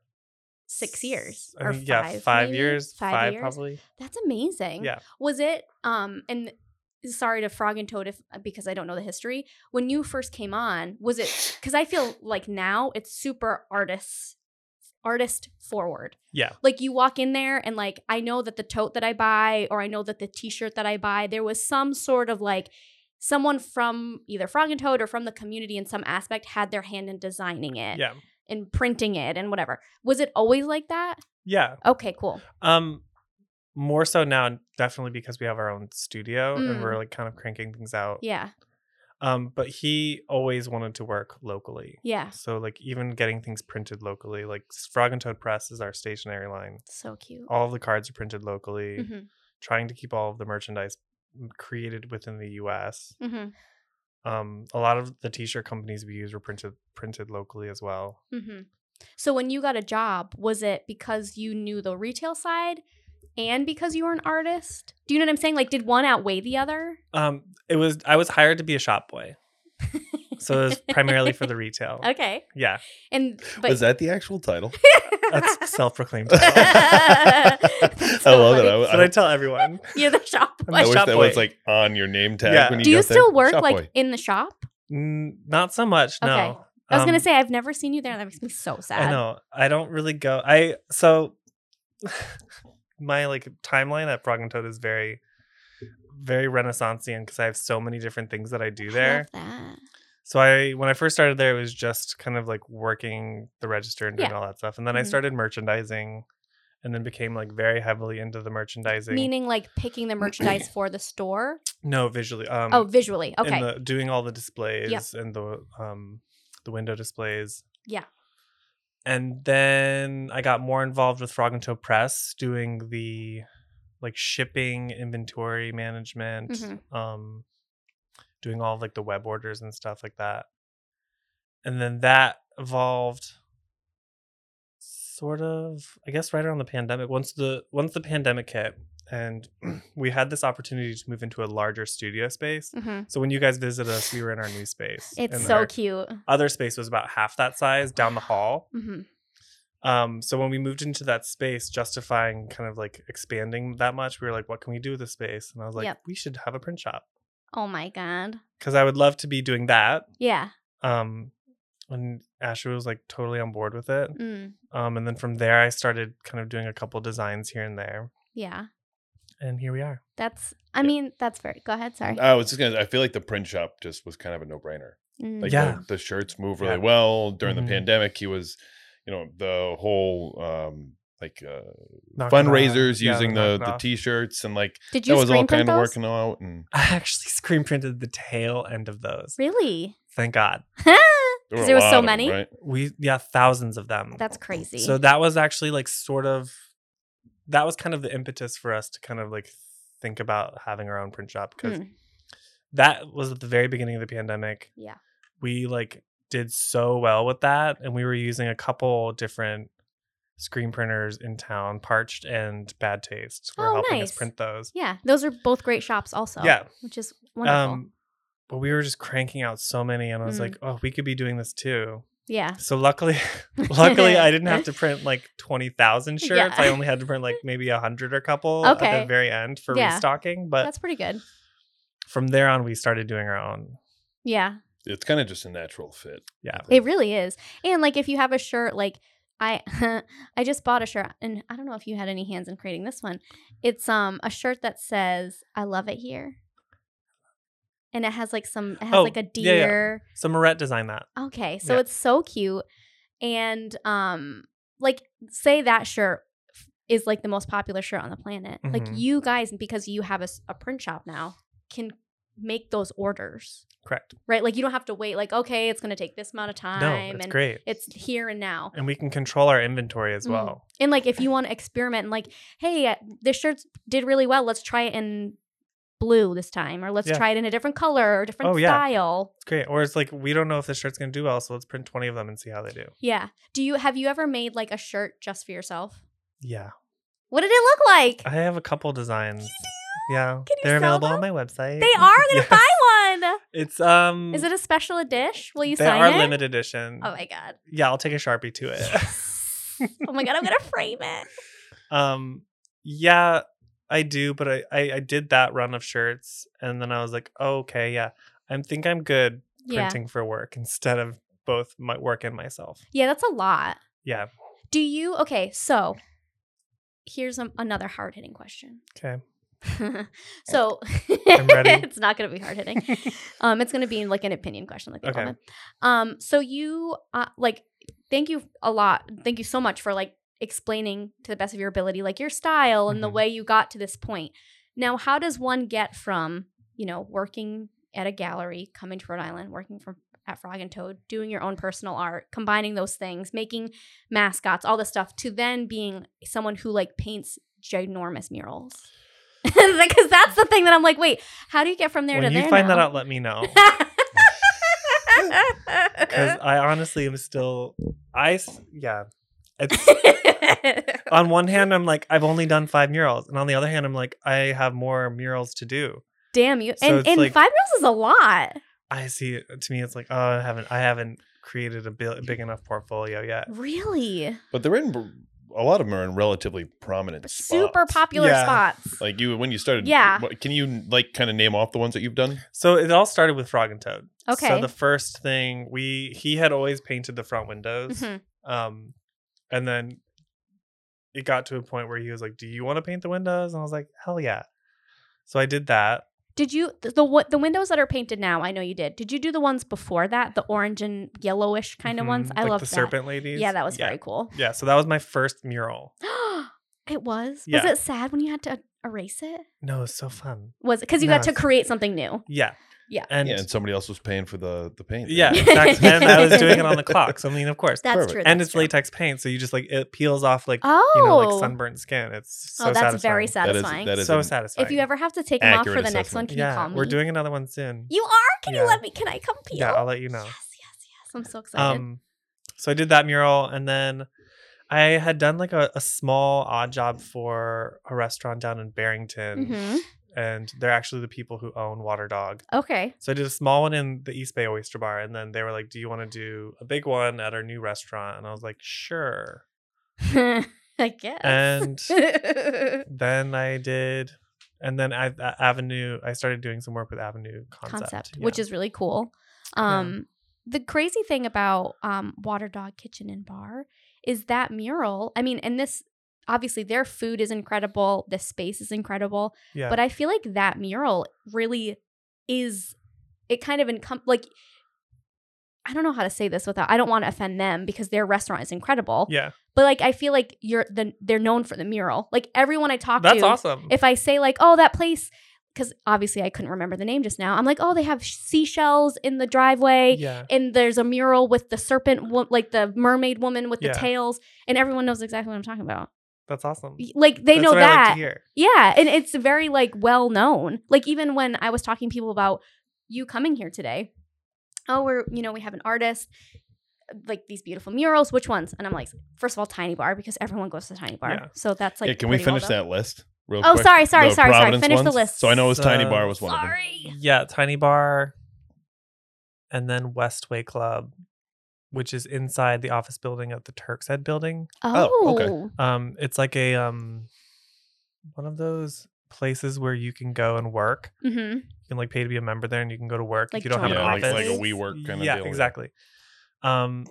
B: six years
C: I
B: or
C: think,
B: five,
C: yeah, five
B: maybe?
C: years,
B: five, years.
C: probably.
B: That's amazing.
C: Yeah.
B: Was it um and sorry to Frog and Toad if uh, because I don't know the history. When you first came on, was it cuz I feel like now it's super artist artist forward.
C: Yeah.
B: Like you walk in there and like I know that the tote that I buy or I know that the t-shirt that I buy, there was some sort of like someone from either Frog and Toad or from the community in some aspect had their hand in designing it
C: Yeah.
B: and printing it and whatever. Was it always like that?
C: Yeah.
B: Okay, cool.
C: Um, more so now, definitely because we have our own studio and
B: Mm.
C: we're like kind of cranking things out.
B: Yeah.
C: Um, but he always wanted to work locally.
B: Yeah.
C: So like even getting things printed locally, like s- Frog and Toad Press is our stationery line.
B: So cute.
C: All of the cards are printed locally.
B: Mhm.
C: Trying to keep all of the merchandise m- created within the U.S.
B: Mhm.
C: Um, a lot of the T-shirt companies we use were printed printed locally as well.
B: Mhm. So when you got a job, was it because you knew the retail side and because you were an artist? Do you know what I'm saying? Like did one outweigh the other?
C: Um, it was I was hired to be a shop boy, so it was primarily for the retail.
B: Okay.
C: Yeah,
B: And but
A: Was that the actual title?
C: that's self-proclaimed.
A: I
B: so
A: love it.
B: funny.
A: I,
C: That's what I tell everyone.
B: You're the shop
C: I
A: I
B: boy.
A: wish
C: Shop
A: that was
C: Boy.
A: like on your name tag.
C: Yeah.
A: When you
B: Do you
A: got there.
B: still work
A: Shop
B: like
A: boy.
B: in the shop?
C: N- Not so much. No.
B: Okay. I was gonna
C: Um,
B: say I've never seen you there. That makes me so sad.
C: I know. I don't really go. I so my like timeline at Frog and Toad is very, very renaissanceian because I have so many different things that I
B: Uh-huh.
C: do there.
B: I love that.
C: So I when I first started there, it was just kind of like working the register and doing
B: Yeah.
C: all that stuff, and then I
B: Mhm.
C: started merchandising, and then became like very heavily into the merchandising.
B: Meaning like picking the merchandise for the store.
C: no, visually. Um,
B: Oh, visually.
C: in
B: Okay.
C: the, doing all the displays and the um the window displays.
B: Yeah.
C: And then I got more involved with Frog and Toe Press doing the like shipping inventory management,
B: Mhm.
C: um doing all of, like the web orders and stuff like that. And then that evolved sort of i guess right around the pandemic once the once the pandemic hit and we had this opportunity to move into a larger studio space
B: Mhm.
C: so when you guys visited us we were in our new space
B: It's
C: and
B: so
C: our
B: cute.
C: other space was about half that size down the hall
B: Mhm.
C: um so when we moved into that space justifying kind of like expanding that much we were like what can we do with this space and i was like
B: Yep.
C: we should have a print shop
B: Oh my god.
C: because i would love to be doing that
B: Yeah.
C: um and ashley was like totally on board with it
B: Mm.
C: um and then from there i started kind of doing a couple designs here and there
B: Yeah.
C: and here we are
B: That's. I mean, that's very. Go ahead. Sorry.
A: Uh, I was just gonna. I feel like the print shop just was kind of a no brainer.
B: Mm.
A: Like
C: Yeah.
A: the, the shirts move really
C: Yeah.
A: well during
C: Mhm.
A: the pandemic. He was, you know, the whole um like uh,
C: Knock knock.
A: fundraisers
C: Yeah,
A: using the
C: knock
A: the
C: knock.
A: t shirts and like
B: Did you
A: that was all
B: screen print
A: kind of
B: those?
A: working out. And
C: I actually screen printed the tail end of those.
B: Really?
C: Thank God.
A: there,
B: 'Cause
A: were a
B: there was so
A: lot of them,
B: many?
A: right?
C: We yeah, thousands of them.
B: That's crazy.
C: so that was actually like sort of that was kind of the impetus for us to kind of like think about having our own print shop because
B: Mm.
C: that was at the very beginning of the pandemic.
B: Yeah.
C: We like did so well with that and we were using a couple different screen printers in town, Parched and Bad Taste. Were
B: Oh,
C: helping
B: nice.
C: us print those.
B: Yeah, those are both great shops, also.
C: Yeah. Um,
B: which is wonderful.
C: but we were just cranking out so many and I was
B: Mm.
C: like, "Oh, we could be doing this too."
B: yeah,
C: So luckily, luckily I didn't have to print like 20,000
B: Yeah.
C: shirts. I only had to print like maybe a 100 or couple at
B: Okay.
C: the very end for
B: Yeah.
C: restocking, but
B: that's pretty good.
C: from there on we started doing our own.
B: Yeah,
A: It's kind of just a natural fit.
C: Yeah.
A: I
B: it
A: think.
B: really is. And like, if you have a shirt, like I, I just bought a shirt, and I don't know if you had any hands in creating this one. It's um a shirt that says "I love it here," and it has like some, it has
C: Oh,
B: like a
C: yeah, yeah.
B: deer.
C: So Moret designed that.
B: Okay, so
C: Yeah.
B: it's so cute, and um, like say that shirt f- is like the most popular shirt on the planet. Like
C: Mhm.
B: you guys, because you have a, s- a print shop now, can make those orders
C: Correct.
B: right. Like you don't have to wait. Like okay, it's gonna take this amount of time,
C: No, it's
B: and
C: great.
B: it's here and now.
C: and we can control our inventory as
B: Mhm.
C: well.
B: And like if you want to experiment, and like hey, uh, this shirt did really well. Let's try it in blue this time, or let's
C: Yeah.
B: try it in a different color or different
C: Oh, yeah.
B: style.
C: It's great. Or it's like we don't know if this shirt's going to do well, so let's print 20 of them and see how they do.
B: Yeah. Do you have you ever made like a shirt just for yourself?
C: Yeah.
B: What did it look like?
C: I have a couple designs. Yeah.
B: Can you
C: They're
B: sell
C: available on my
B: them?
C: website.
B: They are gonna
C: Yes.
B: buy one.
C: It's um
B: Is it a special dish? Will you
C: they
B: sign
C: are
B: it?
C: limited edition.
B: Oh my god.
C: yeah, I'll take a Sharpie to it.
B: oh my god, I'm gonna frame it.
C: Um, yeah, I do, but I, I I did that run of shirts, and then I was like, oh, okay, yeah, I think I'm good
B: Yeah.
C: printing for work instead of both my work and myself.
B: Yeah, that's a lot.
C: Yeah.
B: Do you okay, so here's a, another hard hitting question.
C: Okay.
B: so
C: ready.
B: it's not gonna be hard hitting. um, it's gonna be like an opinion question, like they call
C: Okay.
B: them. Um, so you uh, like thank you a lot. Thank you so much for like explaining to the best of your ability, like your style and the
C: Mhm.
B: way you got to this point. Now, how does one get from you know working at a gallery, coming to Rhode Island, working from at Frog and Toad, doing your own personal art, combining those things, making mascots, all this stuff, to then being someone who like paints ginormous murals? Because that's the thing that I'm like, wait, how do you get from there
C: when
B: to
C: you
B: there?
C: find that
B: now?
C: out, let me know. Because
B: Because
C: I honestly am still, I s- yeah. It's, on one hand, I'm like I've only done five murals, and on the other hand, I'm like I have more murals to do.
B: Damn you!
C: So
B: and
C: it's
B: and
C: like-
B: five mils is a lot,
C: I see. it- To me, it's like oh, I haven't, I haven't created a bi- big enough portfolio yet.
B: really.
A: But they're in br- a lot of them are in relatively prominent,
B: Super
A: spots.
B: popular
C: Yeah.
B: spots.
A: Like you when you started,
B: Yeah.
A: what- Can you like kind of name off the ones that you've done?
C: So it all started with Frog and Toad.
B: Okay.
C: So the first thing we he had always painted the front windows.
B: Mhm.
C: Um and then it got to a point where he was like, "Do you want to paint the windows?" And I was like, "Hell yeah." So I did that.
B: Did you th- the what the windows that are painted now? I know you did. Did you do the ones before that, the orange and yellowish kind of ones?
C: Mhm.
B: I
C: like
B: love
C: the
B: that.
C: serpent ladies.
B: Yeah, that was very cool.
C: Yeah, so that was my first mural.
B: it was.
C: Yeah.
B: Was it sad when you had to er, erase it?
C: No, it was so fun.
B: Was it because you
C: No,
B: got to
C: it's-
B: create something new?
C: Yeah.
B: Yeah.
C: And
A: yeah,
C: yeah,
A: and somebody else was paying for the the paint.
C: exactly. and I was doing it on the clock. So I mean, of course.
B: That's
A: Perfect.
B: true.
C: and
B: that's
C: it's
B: true.
C: latex paint, so you just like it peels off like
B: Oh,
C: you know, like sunburnt skin. It's so
B: oh, that's
C: satisfying.
B: very
A: That is-
B: satisfying.
A: that is
C: so
A: an-
C: satisfying.
B: if you ever have to take them off for the
A: Accurate
B: next one,
A: assessment.
B: can you
C: yeah,
B: call me?
C: we're doing another one soon.
B: You are? Can you
C: Yeah.
B: let me? Can I come Oh, peel?
C: Yeah, I'll let you know.
B: Yes, yes, yes. I'm so excited.
C: Um, so I did that mural, and then I had done like a, a small odd job for a restaurant down in Barrington,
B: hmm
C: and they're actually the people who own Water Dog.
B: Mm-hmm. Okay.
C: So I did a small one in the East Bay Oyster Bar, and then they were like, "Do you want to do a big one at our new restaurant?" And I was like, "Sure."
B: I guess.
C: And then I did, and then I at Avenue. I started doing some work with Avenue Concept,
B: concept, which is really cool. Um, The crazy thing about um, Water Dog Kitchen and Bar is that mural. I mean, and this obviously their food is incredible, the space is incredible,
C: yeah,
B: but I feel like that mural really is it kind of encom- like I don't know how to say this without I don't want to offend them because their restaurant is incredible.
C: yeah,
B: But like I feel like you're the they're known for the mural. Like everyone I talk
C: that's
B: to
C: awesome.
B: if I say like, oh, that place, because obviously I couldn't remember the name just now. I'm like, oh, they have sh- seashells in the driveway,
C: yeah,
B: and there's a mural with the serpent, wo- like the mermaid woman with
C: Yeah.
B: the tails, and everyone knows exactly what I'm talking about.
C: that's awesome.
B: Y- Like they
C: That's
B: know
C: what I like to
B: that,
C: hear.
B: yeah, and it's very like well known. Like even when I was talking to people about you coming here today, oh, we're you know we have an artist. Like these beautiful murals, which ones? And I'm like, first of all, Tiny Bar because everyone goes to Tiny Bar,
C: Yeah.
B: so that's like.
A: yeah, can we
B: pretty well
A: finish
B: known.
A: that list real
B: Oh,
A: quick?
B: sorry, sorry,
A: The
B: sorry, sorry.
A: Providence
B: Finish the
A: ones?
B: list.
A: So I know it was Tiny
C: So-
A: Bar was one of them.
B: Sorry.
C: Yeah, Tiny Bar, and then Westway Club, which is inside the office building at the Turk's Head building.
A: Oh, okay.
C: Um, it's like a um, one of those places where you can go and work.
B: Mm-hmm.
C: You can like pay to be a member there, and you can go to work
B: Like
C: if you don't have an
A: Yeah, like,
C: office.
A: like a
B: office.
A: WeWork kind of
C: yeah,
A: deal.
C: exactly. Um,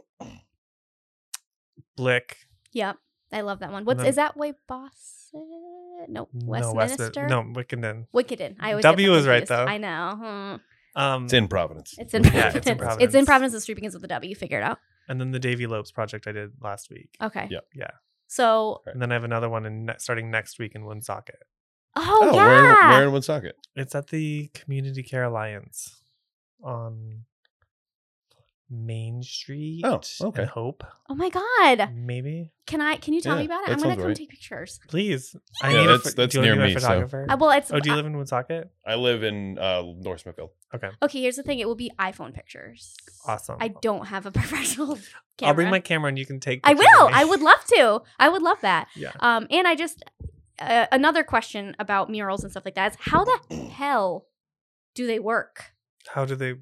C: Blick,
B: Yep. I love that one. What's
C: then-
B: is that way Boss? No,
C: no West,
B: Westminster.
C: no Wickenden.
B: Wickeden. I always
C: W
B: was
C: is right, though.
B: I know. Hmm.
C: Um,
A: It's in Providence.
B: It's in
C: Yeah,
B: Providence.
C: it's in
B: It's in
C: Providence.
B: Providence. The street begins with the W. Figure it out.
C: and then the Davy Lopes project I did last week,
B: Okay.
A: Yeah.
C: Yeah.
B: So,
C: and then I have another one in ne- starting next week in Woonsocket.
B: oh, yeah.
A: where, where in Woonsocket?
C: It's at the Community Care Alliance on Main Street.
A: okay.
C: And Hope,
B: oh my God.
C: maybe.
B: Can I? Can you tell
A: Yeah,
B: me about it?
A: that
B: I'm gonna
A: sounds
B: come
A: right.
B: take pictures.
C: Please. I
A: Yeah,
C: need
A: that's-
C: a, pho-
A: that's
C: do you wanna
A: near
C: be my
A: me, so-
C: photographer.
B: Uh, well, it's
C: oh, do you
B: uh,
C: live in Woonsocket?
A: I live in uh, North Smithville.
C: Okay.
B: okay. Here's the thing. It will be iPhone pictures.
C: Awesome.
B: I don't have a professional. camera.
C: I'll bring my camera and you can take
B: I
C: pictures of
B: will.
C: me.
B: I would love to. I would love that.
C: Yeah.
B: Um, and I just uh, another question about murals and stuff like that is how the hell do they work?
C: How do they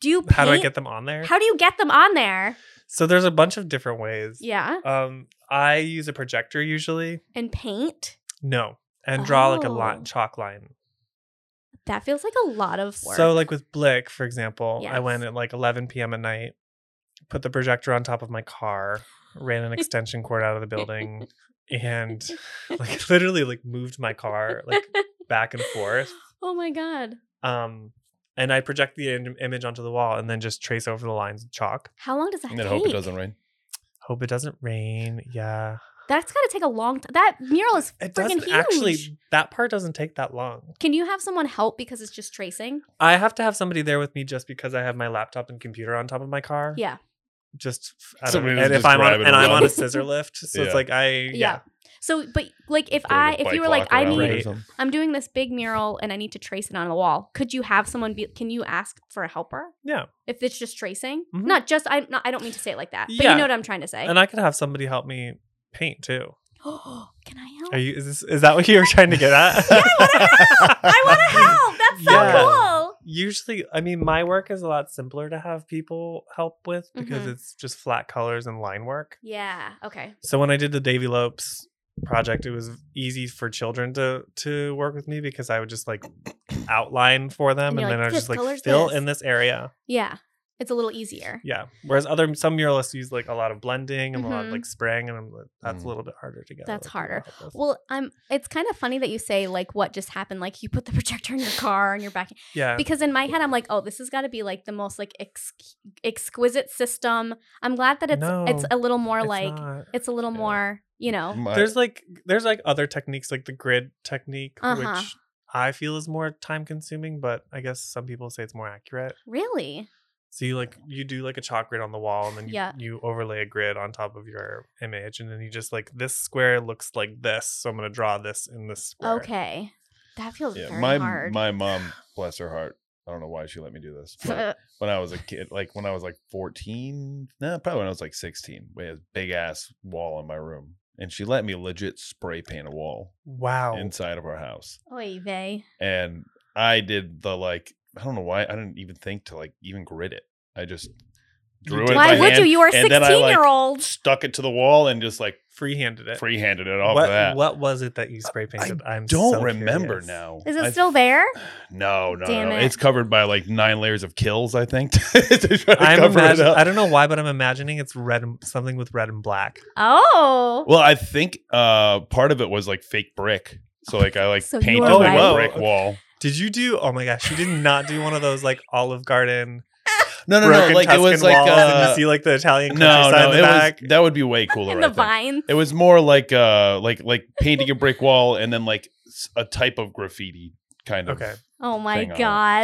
B: Do you paint?
C: how do I get them on there?
B: How do you get them on there?
C: so there's a bunch of different ways.
B: Yeah,
C: Um I use a projector usually.
B: and paint.
C: No. And draw like a
B: Oh.
C: line, chalk line.
B: That feels like a lot of work.
C: So, like with Blick, for example, I went
B: Yes.
C: at like 11 p.m. at night, put the projector on top of my car, ran an extension cord out of the building, and like literally like moved my car like back and forth.
B: oh my god,
C: Um, and I project the im- image onto the wall and then just trace over the lines with chalk.
B: how long does that
A: And
B: take?
A: then hope it doesn't rain.
C: Hope it doesn't rain. Yeah,
B: That's gotta take a long. time. That mural is
C: it
B: freaking
C: doesn't
B: huge.
C: actually. That part doesn't take that long.
B: Can you have someone help because it's just tracing?
C: I have to have somebody there with me just because I have my laptop and computer on top of my car.
B: Yeah.
C: just I don't,
A: Somebody
C: know.
A: just
C: and if I'm
A: grab
C: on
A: it
C: and
A: and
C: I'm
A: run.
C: on a scissor lift, so
A: Yeah.
C: it's like I yeah,
B: Yeah. So, but like if
A: Going
B: I,
A: to
B: if you
A: bike
B: were like,
A: walk
B: I
A: around
B: need
A: or
C: Right.
A: something.
B: I'm doing this big mural and I need to trace it on the wall. Could you have someone be? Can you ask for a helper?
C: Yeah.
B: If it's just tracing,
C: Mhm.
B: not just I. Not, I don't mean to say it like that, but
C: Yeah.
B: you know what I'm trying to say.
C: and I could have somebody help me paint too.
B: can I help?
C: Are you is this is that what you were trying to get at?
A: Yeah, I wanna help.
B: I want to help. That's so
C: Yeah.
B: cool.
C: Usually, I mean, my work is a lot simpler to have people help with because
B: Mhm.
C: it's just flat colors and line work.
B: Yeah. Okay.
C: So when I did the Davy Lopes project, it was easy for children to to work with me because I would just like outline for them
B: And
C: and,
B: you're
C: then
B: like,
C: I would
B: "This
C: just like
B: color's
C: fill
B: this."
C: in this area.
B: Yeah. It's a little easier.
C: Yeah. Whereas other some muralists use like a lot of blending and a lot of
B: Mhm.
C: like spraying, and I'm like, that's
A: Mm.
C: a little bit harder to get.
B: That's
C: other people
B: harder.
C: help with.
B: Well, I'm. It's kind of funny that you say like what just happened. Like you put the projector in your car and you're back
C: yeah.
B: because in my head I'm like, oh, this has got to be like the most like ex- exquisite system. I'm glad that it's it's
C: No,
B: a little more
C: it's
B: like
C: not.
B: it's a little
A: Yeah.
B: more, you know.
A: My-
C: there's like there's like other techniques like the grid technique,
B: Uh-huh.
C: which I feel is more time consuming, but I guess some people say it's more accurate.
B: Really?
C: So you like you do like a chalk grid on the wall, and then you,
B: Yeah.
C: you overlay a grid on top of your image, and then you just like this square looks like this, so I'm gonna draw this in this square.
B: Okay. That feels
A: yeah,
B: very
A: my
B: hard.
A: my mom, bless her heart, I don't know why she let me do this. But when I was a kid, like when I was like 14, no, probably when I was like 16, we had a big ass wall in my room. And she let me legit spray paint a wall
C: Wow.
A: inside of our house.
B: Oy vey.
A: And I did the like, I don't know why, I didn't even think to like even grit it. I just drew it. in
B: Why
A: my
B: would you?
A: hand
B: You are a
A: and then I,
B: 16 year
A: like,
B: old.
A: Stuck it to the wall and just like
C: Free-handed it.
A: freehanded it off
C: what,
A: of that.
C: what was it that you spray painted? I am
A: don't
C: so
A: remember
C: curious.
A: now.
B: Is it
A: I-
B: still there?
A: No, no,
B: Damn
A: no.
B: it.
A: It's covered by like nine layers of kills, I think. to try to
C: I'm
A: cover it
C: imagin-
A: up.
C: I don't know why, but I'm imagining it's red, and- something with red and black.
B: Oh.
A: Well, I think uh part of it was like fake brick. So like I like
B: So you
A: painted
B: were
A: like
C: right.
A: a brick wall.
C: Did you do? Oh my gosh, you did not do one of those like Olive Garden
A: No, no,
C: broken
A: no. Like it
C: Tuscan
A: was like
C: walls, and you
A: uh,
C: see like the Italian
A: no,
C: countryside
A: no.
C: in
A: It
C: the back.
A: was that would be way cooler.
B: and
A: I
B: the
A: think.
B: vine.
A: It was more like uh like like painting a brick wall and then like s- a type of graffiti kind of.
C: Okay.
B: Oh my
A: thing on it.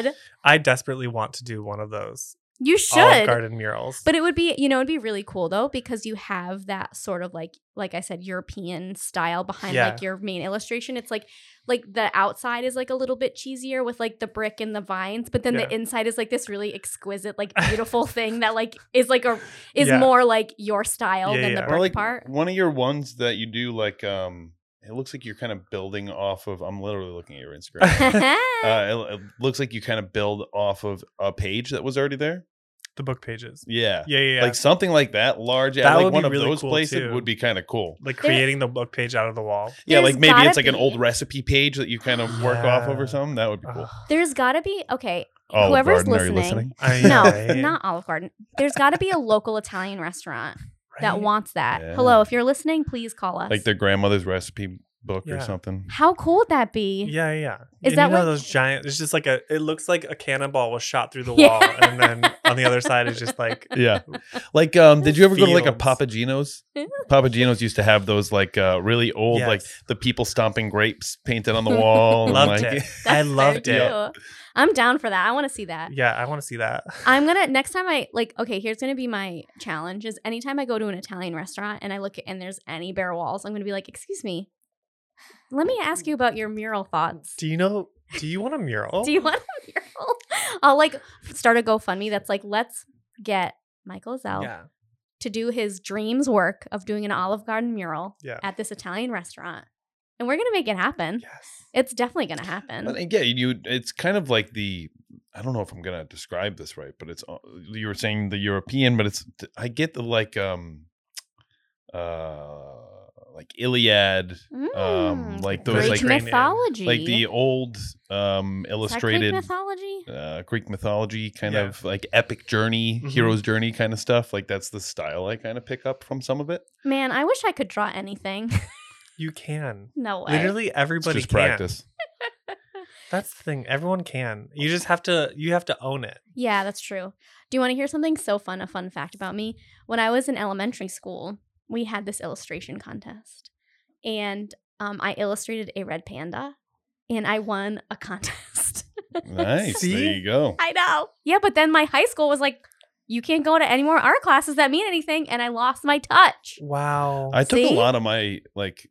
B: god.
C: I desperately want to do one of those
B: You
C: Olive
B: should.
C: Garden murals.
B: But it would be, you know, it'd be really cool though because you have that sort of like, like I said, European style behind
C: Yeah.
B: like your main illustration. It's like, like the outside is like a little bit cheesier with like the brick and the vines, but then the inside is like this really exquisite, like beautiful thing that like is like a is
C: Yeah.
B: more like your style
C: Yeah,
B: than
C: yeah.
B: the
A: Or
B: brick
A: like
B: part.
A: one of your ones that you do like um it looks like you're kind of building off of I'm literally looking at your Instagram. Uh, it, it looks like you kind of build off of a page that was already there.
C: the book pages.
A: Yeah.
C: Yeah, yeah, yeah.
A: Like something like that, large.
C: That
A: like
C: would be
A: one of
C: really
A: those
C: cool,
A: places
C: too.
A: would be kind of cool.
C: like
B: There-
C: creating the book page out of the wall.
A: Yeah,
B: There's
A: like maybe
B: gotta
A: it's like an
B: be-
A: old recipe page that you kind of work off of
C: Yeah. Ah,
A: or something. That would be cool.
C: Ugh.
B: There's gotta be okay.
A: Olive
B: whoever's
A: Garden, are you
B: listening,
C: I
B: No,
C: know,
B: not Olive Garden. There's gotta be a local Italian restaurant that
C: right?
B: wants that.
A: Yeah.
B: Hello, if you're listening, please call us.
A: Like their grandmother's recipe book
C: Yeah.
A: or something.
B: How cool would that be?
C: Yeah, yeah.
B: Is
C: and
B: that
C: you know
B: what-
C: those giant? It's just like a. It looks like a cannonball was shot through the
B: Yeah.
C: wall, and then on the other side is just like
A: Yeah. Like um did you ever go to like a
C: Fields.
A: Papa Gino's? Papa Gino's used to have those like uh really old like
C: yes.
A: the people stomping grapes painted on the wall. and,
C: Loved
A: like-
C: it. I
B: so
C: loved it.
B: cute. I'm down for that. I want to see that.
C: Yeah, I want to see that.
B: I'm gonna next time I like okay, here's gonna be my challenge is anytime I go to an Italian restaurant and I look at, and there's any bare walls, I'm gonna be like, excuse me, let me ask you about your mural thoughts.
C: Do you know? Do you want a mural?
B: Do you want a mural? I'll like start a GoFundMe that's like, let's get Michael Zell
C: Yeah.
B: to do his dreams work of doing an Olive Garden mural
C: Yeah.
B: at this Italian restaurant. And we're gonna make it happen.
C: Yes.
B: It's definitely gonna happen.
A: But, uh, yeah, you. It's kind of like the. I don't know if I'm gonna describe this right, but it's uh, you were saying the European, but it's I get the like um, uh, like Iliad, um,
B: Mm,
A: like
C: Greek
A: those like
C: myth-
B: mythology,
A: like the old um
B: Is that Greek
A: illustrated
B: mythology.
A: uh, Greek mythology kind
C: Yeah.
A: of like epic journey,
C: Mhm.
A: hero's journey kind of stuff. Like that's the style I kind of pick up from some of it.
B: Man, I wish I could draw anything.
C: You can.
B: no way.
C: Literally
A: It's
C: everybody
A: just
C: can.
A: practice.
C: That's the thing. Everyone can. You just have to. You have to own it.
B: Yeah, that's true. Do you want to hear something so fun? A fun fact about me. When I was in elementary school, we had this illustration contest, and um, I illustrated a red panda, and I won a contest.
A: Nice. There
C: See?
A: you go.
B: I know. Yeah, but then my high school was like, "You can't go to any more art classes that mean anything," and I lost my touch.
C: Wow.
A: I took a
B: See?
A: lot of my like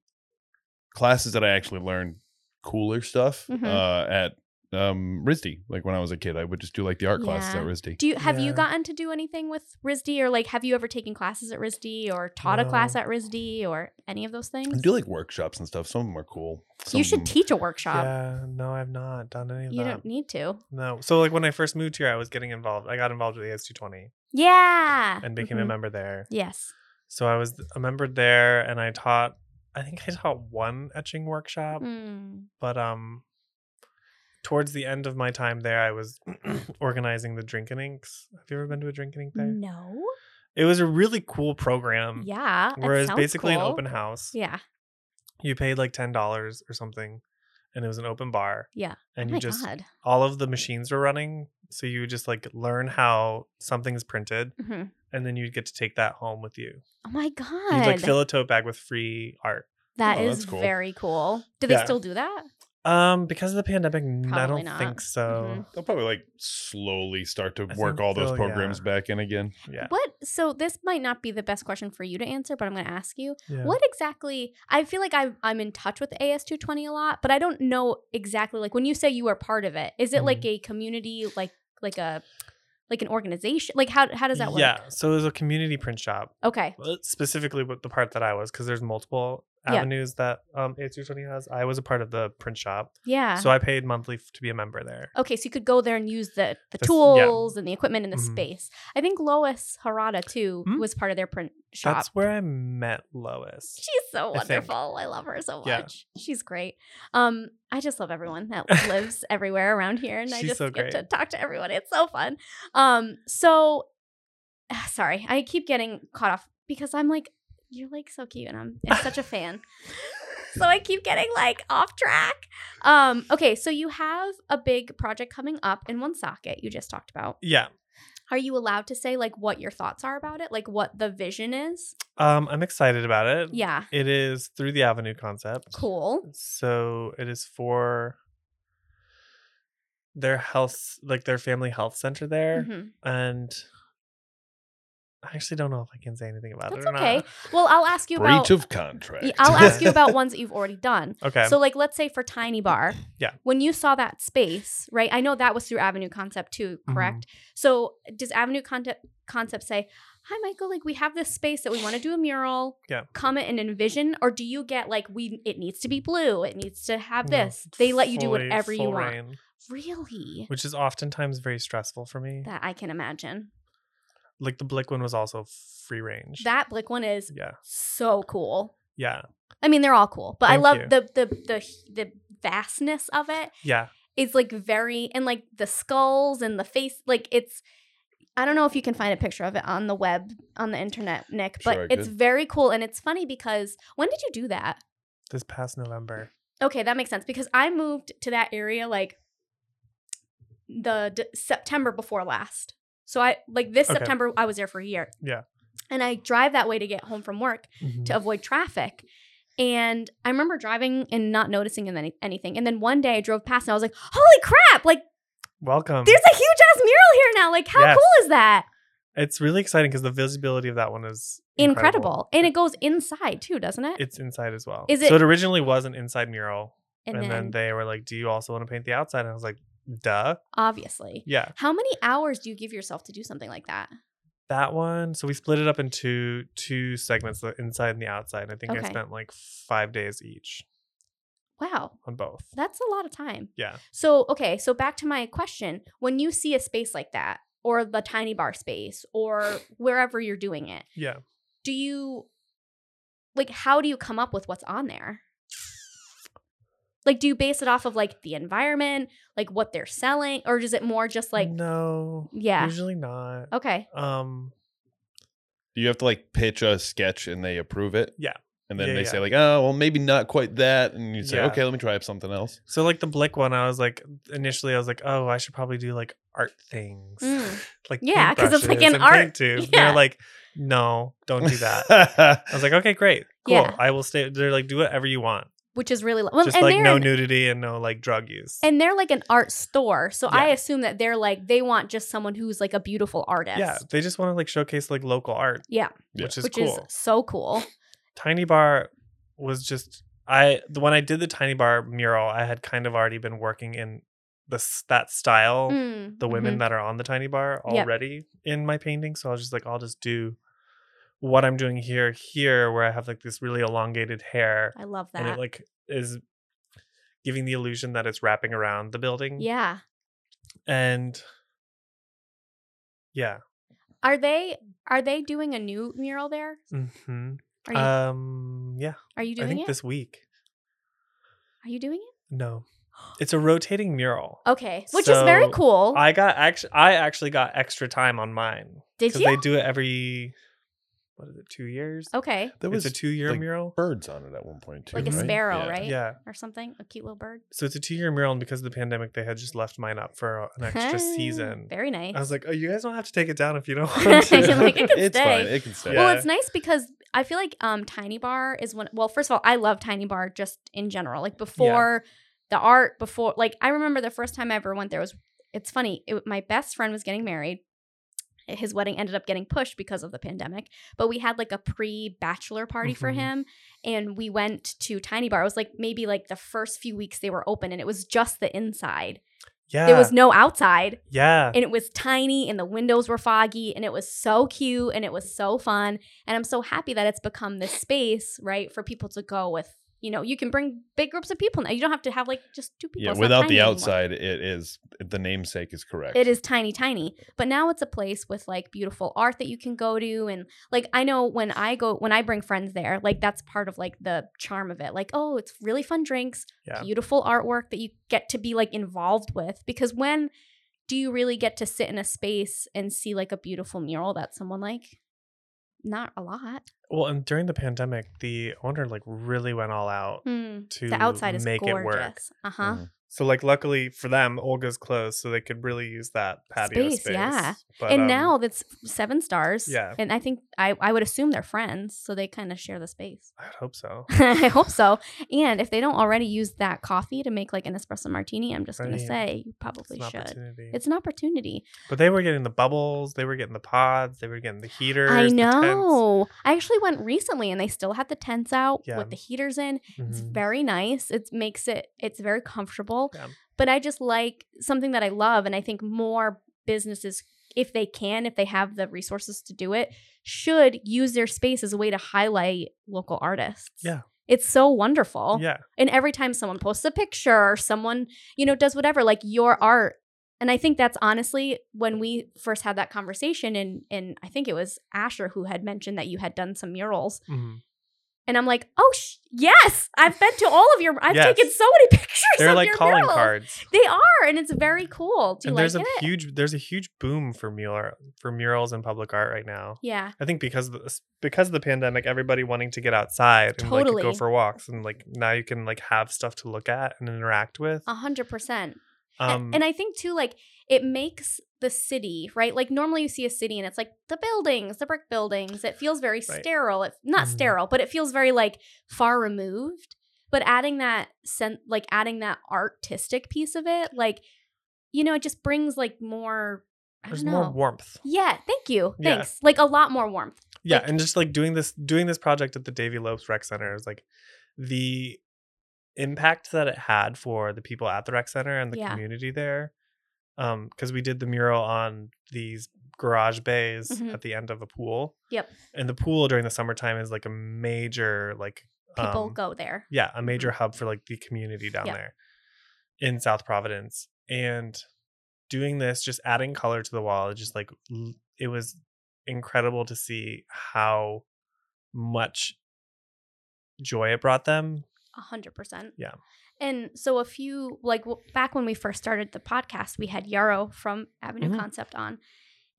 A: classes that I actually learned cooler stuff
B: Mhm.
A: uh, at um, RISD. Like when I was a kid, I would just do like the art classes at
B: Yeah.
A: RISD.
B: Do you have you
C: Yeah.
B: gotten to do anything with RISD or like have you ever taken classes at RISD or taught a class at RISD or any of those
A: I
B: things?
A: do like workshops and stuff. Some of them are cool. Some
B: you
A: of
B: should
A: them-
B: teach a workshop.
C: Yeah. No, I've not done any of
B: You
C: that.
B: don't need to.
C: No. So like when I first moved here, I was getting involved. I got involved with AS220
B: Yeah.
C: and became a
B: Mhm.
C: member there.
B: Yes.
C: So I was a member there, and I taught. I think I taught one etching workshop,
B: Mm.
C: but um, towards the end of my time there, I was organizing the drink and inks. Have you ever been to a drink and ink day?
B: No.
C: It was a really cool program.
B: Mm. Yeah. that
C: Whereas
B: sounds
C: Um, basically an
B: cool.
C: open house.
B: Yeah.
C: You paid like ten dollars or something, and it was an open bar.
B: Yeah.
C: And
B: oh
C: you
B: my
C: just
B: God.
C: all of the machines were running, so you would just like learn how something is printed,
B: Mhm.
C: and then you'd get to take that home with you.
B: Oh my
C: You'd
B: God.
C: like fill a tote bag with free art.
B: that
A: Oh,
B: is
A: that's cool.
B: very cool. Do they
C: Yeah.
B: still do that?
C: Um, because of the pandemic, n- I
B: Probably
C: don't
B: not.
C: think so.
A: They'll probably like slowly start to
C: I
A: work
C: think
A: all those
C: so,
A: programs
C: yeah.
A: back in again.
C: Yeah.
B: What? So this might not be the best question for you to answer, but I'm going to ask you.
C: yeah.
B: What exactly? I feel like I'm I'm in touch with AS220 a lot, but I don't know exactly. Like when you say you are part of it, is it
C: Mm-hmm.
B: like a community, like like a like an organization? Like how how does that work?
C: Yeah. So it was a community print shop,
B: Okay.
C: Well, specifically with the part that I was, because there's multiple
B: Yeah.
C: avenues that um A220 has. I was a part of the print shop,
B: Yeah.
C: so I paid monthly f- to be a member there.
B: okay, so you could go there and use the the
C: That's- yeah.
B: tools and the equipment and the
C: Mhm.
B: space. I think Lois Harada too
C: Hmm?
B: was part of their print shop.
C: That's where I met Lois.
B: She's so
C: I think.
B: wonderful. I, love her so
C: Yeah.
B: much. She's great. Um, I just love everyone that lives everywhere around here, and I
C: She's
B: just
C: so
B: get to
C: great.
B: talk to everyone. It's so fun. Um, so ah, sorry, I keep getting caught off because I'm like, you're like so cute, and I'm, I'm such a fan. So I keep getting like off track. Um, okay, so you have a big project coming up in one socket you just talked about.
C: Yeah.
B: Are you allowed to say like what your thoughts are about it, like what the vision is?
C: Um, I'm excited about it.
B: Yeah,
C: It is through the Avenue concept.
B: cool.
C: So it is for their health, like their family health center there.
B: Mhm.
C: And I actually don't know if I can say anything about
B: That's
C: it or
B: okay. Well, I'll ask you
A: Breach
B: about.
A: of contract.
B: Yeah, I'll ask you about ones that you've already done.
C: not. Okay.
B: So, like, let's say for Tiny Bar.
C: Yeah.
B: When you saw that space, right? I know that was through Avenue Concept too,
C: Mm-hmm.
B: correct? So, does Avenue Concept Concept say, "Hi, Michael. Like, we have this space that we want to do a mural.
C: Yeah.
B: Comment and envision, or do you get like we? It needs to be blue. It needs to have
C: No,
B: this. They let you do
C: fully-
B: whatever you
C: full
B: want.
C: reign,
B: Really?
C: which is oftentimes very stressful for me.
B: That I can imagine.
C: like the Blick one was also free range.
B: That Blick one is
C: yeah.
B: so cool.
C: Yeah.
B: I mean, they're all cool, but I
C: Thank
B: love
C: you.
B: the the the the vastness of it.
C: Yeah.
B: It's like very and like the skulls and the face. Like it's, I don't know if you can find a picture of it on the web on the internet, Nick, but
A: Sure, I
B: it's
A: could.
B: very cool and it's funny because when did you do that?
C: This past November.
B: Okay, that makes sense because I moved to that area like the d- September before last. So I like this
C: Okay.
B: September I was there for a year.
C: Yeah.
B: And I drive that way to get home from work
C: Mm-hmm.
B: to avoid traffic. And I remember driving and not noticing in any, anything. And then one day I drove past and I was like, holy crap, like
C: Welcome.
B: there's a huge ass mural here now. Like, how
C: Yes.
B: cool is that?
C: it's really exciting because the visibility of that one is
B: Incredible. And it goes inside too, doesn't it?
C: It's inside as well.
B: Is
C: so
B: it-
C: it originally was an inside mural.
B: and,
C: and,
B: then,
C: then, they were like, "Do you also want to paint the outside?" And I was like, "Duh,
B: obviously.
C: yeah,
B: How many hours do you give yourself to do something like that?
C: that one." So we split it up into two segments: the inside and the outside. And I think
B: Okay.
C: I spent like five days each
B: Wow,
C: on both.
B: that's a lot of time.
C: Yeah.
B: So, okay, so back to my question. When you see a space like that, or the tiny bar space, or wherever you're doing it,
C: Yeah,
B: do you like how do you come up with what's on there like do you base it off of like the environment like what they're selling or is it more just like
C: no,
B: yeah Oh.
C: usually not.
B: okay
C: Um,
A: Do you have to like pitch a sketch and they approve it?
C: Yeah.
A: And then
C: Yeah,
A: they
C: yeah.
A: say like, oh, well, maybe not quite that, and you say,
C: Yeah.
A: okay, let me try up something else.
C: so like the Blick one, I was like, initially I was like, "Oh, I should probably do like art things,
B: Mm.
C: like
B: Yeah, 'cause it's like
C: paintbrushes
B: an
C: and
B: art-
C: paint tubes." And
B: yeah.
C: They're like, "No, don't do that."
A: I
C: I was like, "Okay, great, cool.
B: Yeah.
C: I will stay." They're like, "Do whatever you want."
B: which is really lo- well,
C: just
B: and
C: like
B: they're
C: no
B: an-
C: nudity and no like drug use.
B: and they're like an art store so i
C: Yeah.
B: assume that they're like they want just someone who's like a beautiful artist
C: yeah, they just want to like showcase like local art.
B: Yeah.
A: Yeah.
C: which is
B: which
C: cool.
B: is so cool
C: Tiny Bar was just I the when I did the Tiny Bar mural, I had kind of already been working in this that style,
B: Mm,
C: the women
B: mhm.
C: that are on the Tiny Bar
B: Yep.
C: already in my painting. So I was just like, I'll just do what I'm doing here, here where I have like this really elongated hair,
B: mm-hmm, i love
C: and it
B: that
C: like is giving the illusion that it's wrapping around the building.
B: yeah
C: and yeah.
B: are they are they doing a new mural there
C: hmm
B: are you,
C: Um, yeah,
B: are you
C: I
B: doing
C: think
B: it
C: this week.
B: are you doing it
C: No, it's a rotating mural.
B: okay which is very
C: So,
B: cool
C: I got actually, I actually got extra time on mine
B: did
C: because
B: you
C: they do it every what is it, two years?
B: okay
A: There
C: it's
A: was
C: a two-year
A: like,
C: mural.
A: birds on it at one point too,
B: like a
A: right?
B: sparrow,
A: Yeah.
B: right?
C: Yeah,
B: Or something, a cute little bird.
C: so it's a two-year mural, and because of the pandemic, they had just left mine up for an extra season.
B: Very nice.
C: I was like, oh, you guys don't have to take it down if you don't
B: You're
C: want to.
B: like, it could
A: it's
B: stay.
A: fine. It can stay.
B: Well,
C: Yeah.
B: it's nice because I feel like um Tiny Bar is one well, first of all, I love Tiny Bar just in general. Like before the art before like i remember the first time i ever went there was it's funny it, my best friend was getting married his wedding ended up getting pushed because of the pandemic but we had like a pre-bachelor party for
C: Mhm.
B: him and we went to tiny bar it was like maybe like the first few weeks they were open and it was just the inside
C: Yeah.
B: there was no outside
C: yeah.
B: and it was tiny and the windows were foggy and it was so cute and it was so fun and i'm so happy that it's become this space right for people to go with you know you can bring big groups of people now you don't have to have like just two people
A: Yeah,
B: It's not
A: without
B: tiny
A: the
B: anymore.
A: outside, it is the namesake is correct.
B: it is tiny tiny but now it's a place with like beautiful art that you can go to and like i know when i go when i bring friends there like that's part of like the charm of it like oh it's really fun drinks
C: Yeah.
B: beautiful artwork that you get to be like involved with because when do you really get to sit in a space and see like a beautiful mural that someone like not a lot
C: Well, and during the pandemic, the owner like really went all out to
B: Mm. the outside is
C: make it work. Mm-hmm.
B: gorgeous uh-huh
A: Mhm.
C: So like luckily for them, Olga's closed, so they could really use that patio
B: Space,
C: space.
B: yeah.
C: But,
B: and
C: um,
B: now that's seven stars
C: Yeah.
B: and i think i, I would assume they're friends so they kind of share the space
C: I would hope so.
B: I hope so. And if they don't already use that coffee to make like an espresso martini, I'm just going
C: Right.
B: to say you
C: It's
B: probably
C: an
B: should.
C: opportunity.
B: It's an opportunity.
C: but they were getting the bubbles, they were getting the pods, they were getting the heaters.
B: I
C: the tents.
B: know. I actually went recently and they still had the tents out
C: Yeah.
B: with the heaters in. It's
C: Mhm.
B: very nice. It makes it it's very comfortable.
C: Yeah.
B: But I just like something that I love and I think more businesses if they can, if they have the resources to do it, should use their space as a way to highlight local artists.
C: Yeah.
B: It's so wonderful.
C: Yeah.
B: And every time someone posts a picture or someone, you know, does whatever, like your art. And I think that's honestly when we first had that conversation and and I think it was Asher who had mentioned that you had done some murals.
C: Mhm.
B: And I'm like, "Oh, sh- yes. I've been to all of your I've
C: Yes.
B: taken so many pictures
C: They're
B: of
C: like
B: your
C: calling
B: murals.
C: cards.
B: They are, and it's very cool. Do you
C: and
B: like
C: there's a
B: it?
C: huge there's a huge boom for mural for murals in public art right now.
B: yeah.
C: I think because of the, because of the pandemic, everybody wanting to get outside and like go
B: Totally.
C: for walks, and like now you can like have stuff to look at and interact with.
B: A hundred percent.
C: Um,
B: Uh, and, and I think too, like it makes the city right. Like normally you see a city and it's like the buildings, the brick buildings. It feels very
C: Right.
B: sterile. It, not
C: Mhm.
B: sterile, but it feels very like far removed. But adding that sen- like adding that artistic piece of it, like you know, it just brings like more. I
C: there's
B: don't know.
C: more warmth.
B: yeah. Thank you.
C: Yeah.
B: Thanks. Like a lot more warmth.
C: Yeah,
B: Like-
C: and just like doing this doing this project at the Davy Lopes Rec Center is like the impact that it had for the people at the rec center and the
B: Yeah.
C: community there. Um, because we did the mural on these garage bays
B: Mhm.
C: at the end of a pool.
B: Yep.
C: And the pool during the summertime is like a major like
B: People
C: um,
B: go there.
C: yeah a major hub for like the community down
B: Mm-hmm. Yeah.
C: there in south providence and doing this just adding color to the wall it just like l- it was incredible to see how much joy it brought them
B: A hundred percent.
C: Yeah.
B: And so a few like w- back when we first started the podcast, we had Yarrow from Avenue
C: Mhm.
B: Concept on,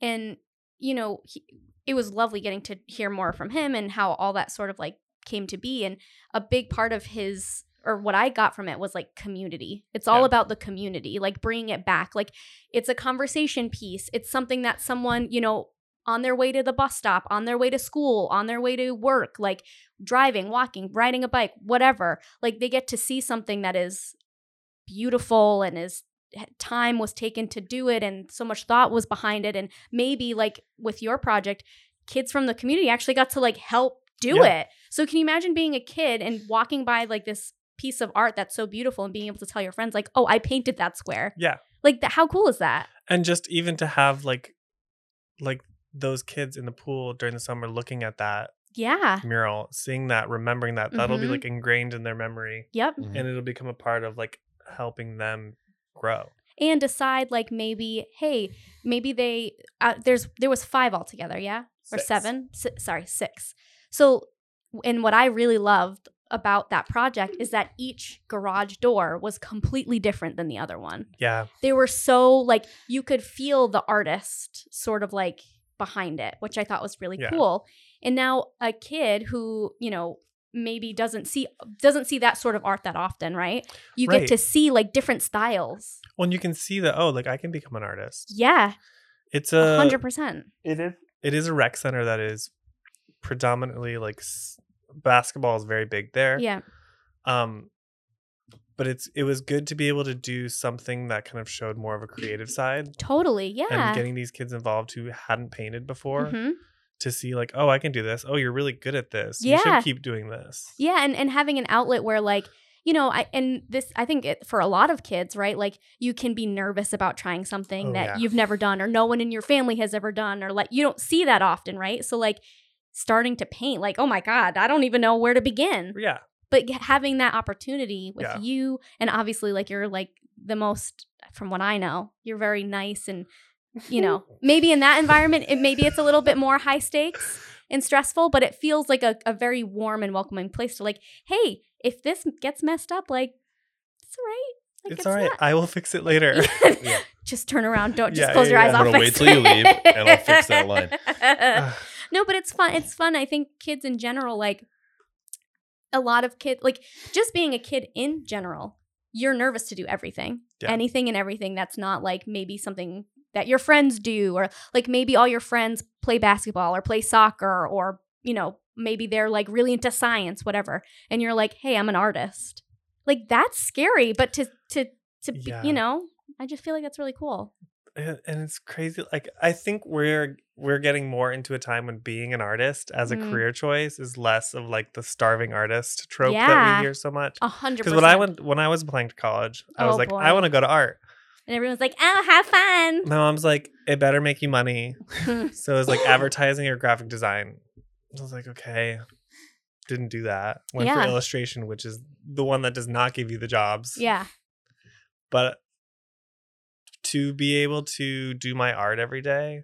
B: and you know he, it was lovely getting to hear more from him and how all that sort of like came to be. And a big part of his or what I got from it was like community. It's all
C: Yeah.
B: about the community, like bringing it back. Like it's a conversation piece. It's something that someone you know on their way to the bus stop, on their way to school, on their way to work, like driving, walking, riding a bike, whatever. Like they get to see something that is beautiful and is eh, time was taken to do it and so much thought was behind it and maybe like with your project kids from the community actually got to like help do
C: Yeah.
B: it. So can you imagine being a kid and walking by like this piece of art that's so beautiful and being able to tell your friends like, "Oh, I painted that square."
C: yeah
B: Like th- how cool is that?
C: and just even to have like like those kids in the pool during the summer looking at that
B: Yeah.
C: mural seeing that remembering that that'll be
B: Mhm.
C: like ingrained in their memory
B: Yep.
A: Mhm.
C: and it'll become a part of like helping them grow
B: and decide like maybe hey maybe they uh, there's there was five altogether yeah or
C: Six.
B: seven si- sorry six so and what i really loved about that project is that each garage door was completely different than the other one
C: yeah
B: they were so like you could feel the artist sort of like behind it which i thought was really
C: Yeah.
B: cool and now a kid who you know maybe doesn't see doesn't see that sort of art that often right you
C: Right.
B: get to see like different styles
C: Well, and you can see that oh, like I can become an artist.
B: yeah
C: It's
B: A
C: a
B: hundred percent.
C: it is it is a rec center that is predominantly like s- basketball is very big there.
B: Yeah,
C: Um, but it's it was good to be able to do something that kind of showed more of a creative side
B: Totally. Yeah.
C: and getting these kids involved who hadn't painted before
B: Mhm.
C: to see like, oh, I can do this. Oh, you're really good at this. You
B: Yeah.
C: should keep doing this.
B: Yeah, and and having an outlet where like you know, I and this I think it, for a lot of kids, right? Like you can be nervous about trying something
C: Oh,
B: that
C: yeah.
B: you've never done or no one in your family has ever done or like you don't see that often, right? So like starting to paint, like oh my god, I don't even know where to begin.
C: Yeah.
B: But g- having that opportunity with
C: Yeah.
B: you and obviously like you're like the most from what I know, you're very nice and you know, maybe in that environment, it maybe it's a little bit more high stakes and stressful, but it feels like a, a very warm and welcoming place to like, hey, if this gets messed up, like it's all right. Like,
C: it's, all right. I will fix it later.
B: not-
A: Yeah.
B: just turn around. Don't just
C: Yeah,
B: close
C: yeah,
B: your
C: yeah.
B: eyes.
A: I'm
B: I'll
A: gonna
B: fix
A: wait till you
B: it.
A: leave, and I'll fix that line.
C: Ugh,
B: No, but it's fun. It's fun. I think kids in general, like a lot of kids, like just being a kid in general, you're nervous to do everything,
C: Yeah.
B: anything and everything that's not like maybe something that your friends do, or like maybe all your friends play basketball or play soccer, or, you know, maybe they're like really into science, whatever. And you're like, hey, I'm an artist. Like that's scary, but to, to, to, be,
C: Yeah.
B: you know, I just feel like that's really cool.
C: and and it's crazy. Like I think we're we're getting more into a time when being an artist as a
B: Mm.
C: career choice is less of like the starving artist trope that
B: Yeah.
C: we hear so much.
B: A hundred
C: Because
B: percent.
C: when I went when I was applying to college, I was
B: Oh,
C: like, I
B: boy.
C: want to go to art.
B: and everyone's like, oh, have fun.
C: My mom's like, it better make you money. So it was like advertising or graphic design. I was like, okay. Didn't do that. Went for
B: Yeah.
C: illustration, which is the one that does not give you the jobs.
B: yeah.
C: But to be able to do my art every day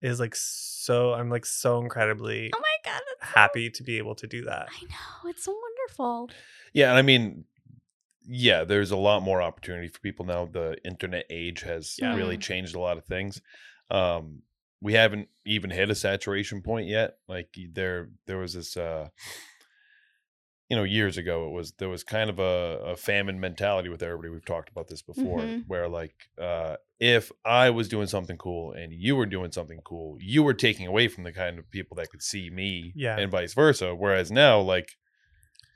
C: is like so I'm like so incredibly
B: Oh my god, that's so-
C: happy to be able to do that.
B: I know it's so wonderful.
A: Yeah, and I mean, yeah, there's a lot more opportunity for people now. The internet age has
B: Yeah.
A: really
B: Mm.
A: changed a lot of things. Um, we haven't even hit a saturation point yet. Like y- there, there was this, uh, you know, years ago, it was there was kind of a, a famine mentality with everybody. We've talked about this before,
B: Mhm.
A: where like uh, if I was doing something cool and you were doing something cool, you were taking away from the kind of people that could see me,
C: Yeah.
A: and vice versa. Whereas now, like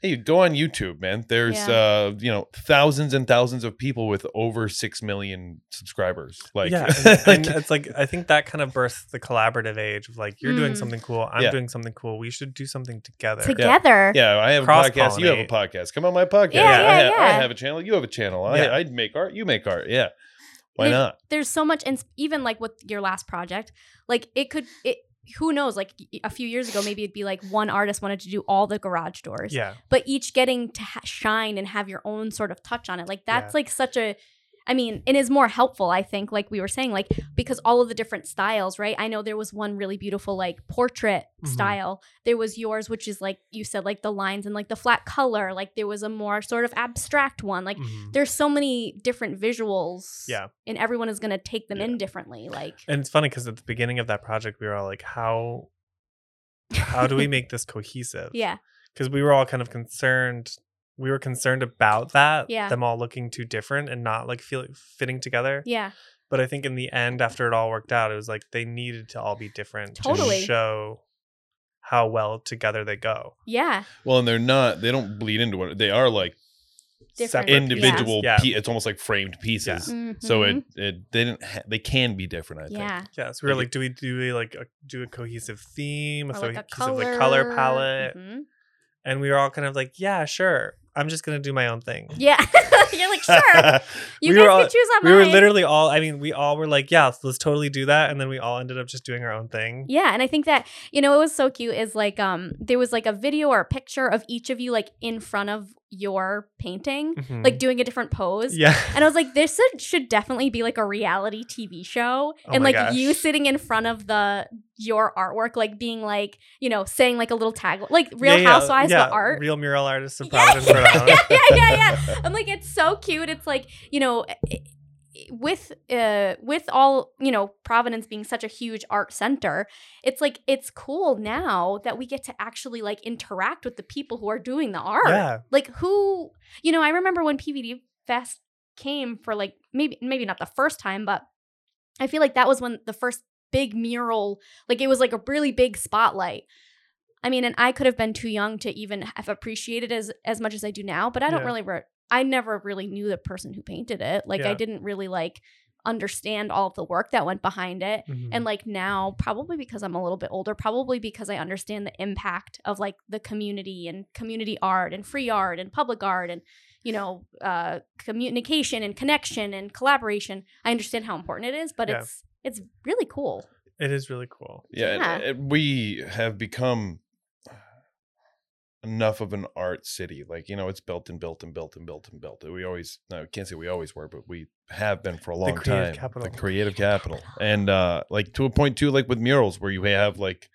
A: Hey, go on YouTube, man. There's uh, you know, thousands and thousands of people with over six million subscribers. Like
C: yeah, and, and it's like I think that kind of births the collaborative age of like you're doing
B: Mm.
C: something cool, I'm
A: Yeah.
C: doing something cool. We should do something together.
B: Together,
A: yeah, I have a podcast, you have a
C: Cross-pollinate.
A: podcast. Come on my podcast.
B: Yeah,
A: I,
B: yeah,
A: ha- I
B: yeah.
A: have a channel, you have a channel. I
C: Yeah.
A: I'd make art, you make art. Yeah. Why
B: There's-
A: not?
B: there's so much, and s- even like with your last project, like it could it. Who knows? Like y- a few years ago, maybe it'd be like one artist wanted to do all the garage doors,
C: Yeah.
B: but each getting to ha- shine and have your own sort of touch on it. Like that's
C: Yeah.
B: like such a, I mean, it is more helpful, I think, like we were saying, like because all of the different styles, right? I know there was one really beautiful like portrait
C: Mhm.
B: style. There was yours, which is like you said, like the lines and like the flat color. Like there was a more sort of abstract one. Like
C: Mhm.
B: there's so many different visuals.
C: Yeah.
B: And everyone is going to take them
A: Yeah.
B: in differently. Like,
C: And it's funny because at the beginning of that project, we were all like, how how do we make this cohesive?
B: yeah.
C: Because we were all kind of concerned. We were concerned about that.
B: Yeah.
C: Them all looking too different and not like feel, fitting together.
B: Yeah.
C: But I think in the end, after it all worked out, it was like they needed to all be different
B: Totally.
C: to show how well together they go.
B: Yeah.
A: Well, and they're not they don't bleed into one. They are like
B: Different.
C: Separate
A: individual
C: pieces. Yeah.
A: pe- it's almost like framed pieces. So
B: Mhm.
A: it, it they didn't ha- they can be different, I think.
B: mm-hmm, yeah.
C: Yeah. So we were
A: Like-
C: like, do we do we like a, do a cohesive theme, a
B: Or like a
C: cohesive
B: color,
C: like color palette?
B: Mhm.
C: And we were all kind of like, yeah, sure. I'm just gonna do my own thing.
B: Yeah. You're like, sure. You
C: We
B: guys
C: were all-
B: can choose on
C: we were
B: mine.
C: literally all i mean we all were like yeah let's, let's totally do that and then we all ended up just doing our own thing
B: Yeah, and I think that you know it was so cute is like um there was like a video or a picture of each of you like in front of your painting,
C: Mhm.
B: like doing a different pose.
C: yeah
B: And I was like, this should- should definitely be like a reality TV show,
C: Oh
B: and
C: my
B: like you
C: gosh.
B: sitting in front of the your artwork, like being like you know saying like a little tag, like Real
C: Yeah, yeah,
B: Housewives
C: yeah,
B: but art.
C: real mural artists of
B: Yeah,
C: providence Rhode Island.
B: yeah, yeah, yeah, yeah. I'm like, it's so cute. It's like, you know, i- with uh with all you know providence being such a huge art center it's like it's cool now that we get to actually like interact with the people who are doing the art
C: Yeah.
B: like who you know i remember when pvd fest came for like maybe maybe not the first time but i feel like that was when the first big mural like it was like a really big spotlight i mean and i could have been too young to even have appreciated as as much as i do now but i don't
C: Yeah.
B: really re- I never really knew the person who painted it. Like I
C: Yeah.
B: didn't really like understand all of the work that went behind it.
C: Mm-hmm.
B: And like now, probably because I'm a little bit older, probably because I understand the impact of like the community and community art and free art and public art and, you know, uh, communication and connection and collaboration. I understand how important it is, but
C: Yeah.
B: it's it's really cool.
C: it is really cool.
A: yeah,
B: Yeah.
A: and- and we have become enough of an art city like you know it's built and built and built and built and built we always no i can't say we always were but we have been for a long
C: creative
A: time
C: capital.
A: the creative capital and uh like to a point too like with murals where you have like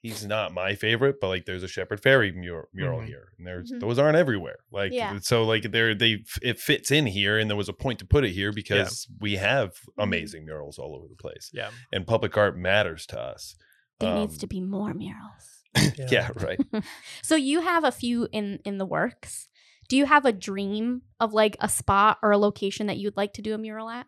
A: he's not my favorite but like there's a shepherd fairy mural, mural
C: Mhm.
A: here and there's
B: Mhm.
A: those aren't everywhere like
B: Yeah.
A: so like there they it fits in here and there was a point to put it here because we have amazing murals all over the place
C: Yeah.
A: and public art matters to us.
B: There needs
A: Um,
B: to be more murals.
A: Yeah, right.
B: So you have a few in in the works. Do you have a dream of like a spot or a location that you'd like to do a mural at?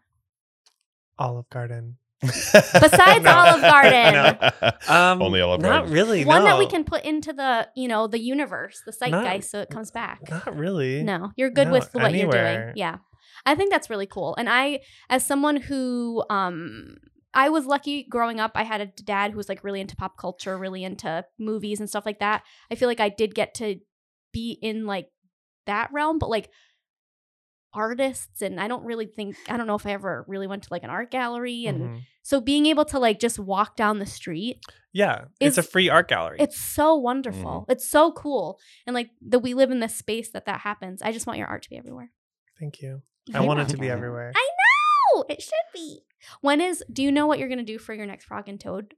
C: Olive Garden.
A: Besides
B: Olive Garden.
C: Um,
A: Only Olive
C: not
A: Garden.
C: really.
B: One that we
C: no.
B: can put into the, you know, the universe, the zeitgeist so it comes back.
C: Not really.
B: No, you're good
C: No,
B: with what you're doing.
C: anywhere.
B: Yeah. I think that's really cool. And I as someone who um I was lucky growing up. I had a dad who was like really into pop culture, really into movies and stuff like that. I feel like I did get to be in like that realm, but like artists and I don't really think I don't know if I ever really went to like an art gallery and
C: Mhm.
B: so being able to like just walk down the street
C: Yeah,
B: It's-
C: it's, a free art gallery.
B: it's so wonderful.
C: Mm-hmm.
B: It's so cool. And like that we live in this space that that happens. I just want your art to be everywhere.
C: Thank you. I
B: You're
C: want it to be
B: welcome.
C: everywhere.
B: I know it should be. When is? Do you know what you're gonna do for your next frog and toad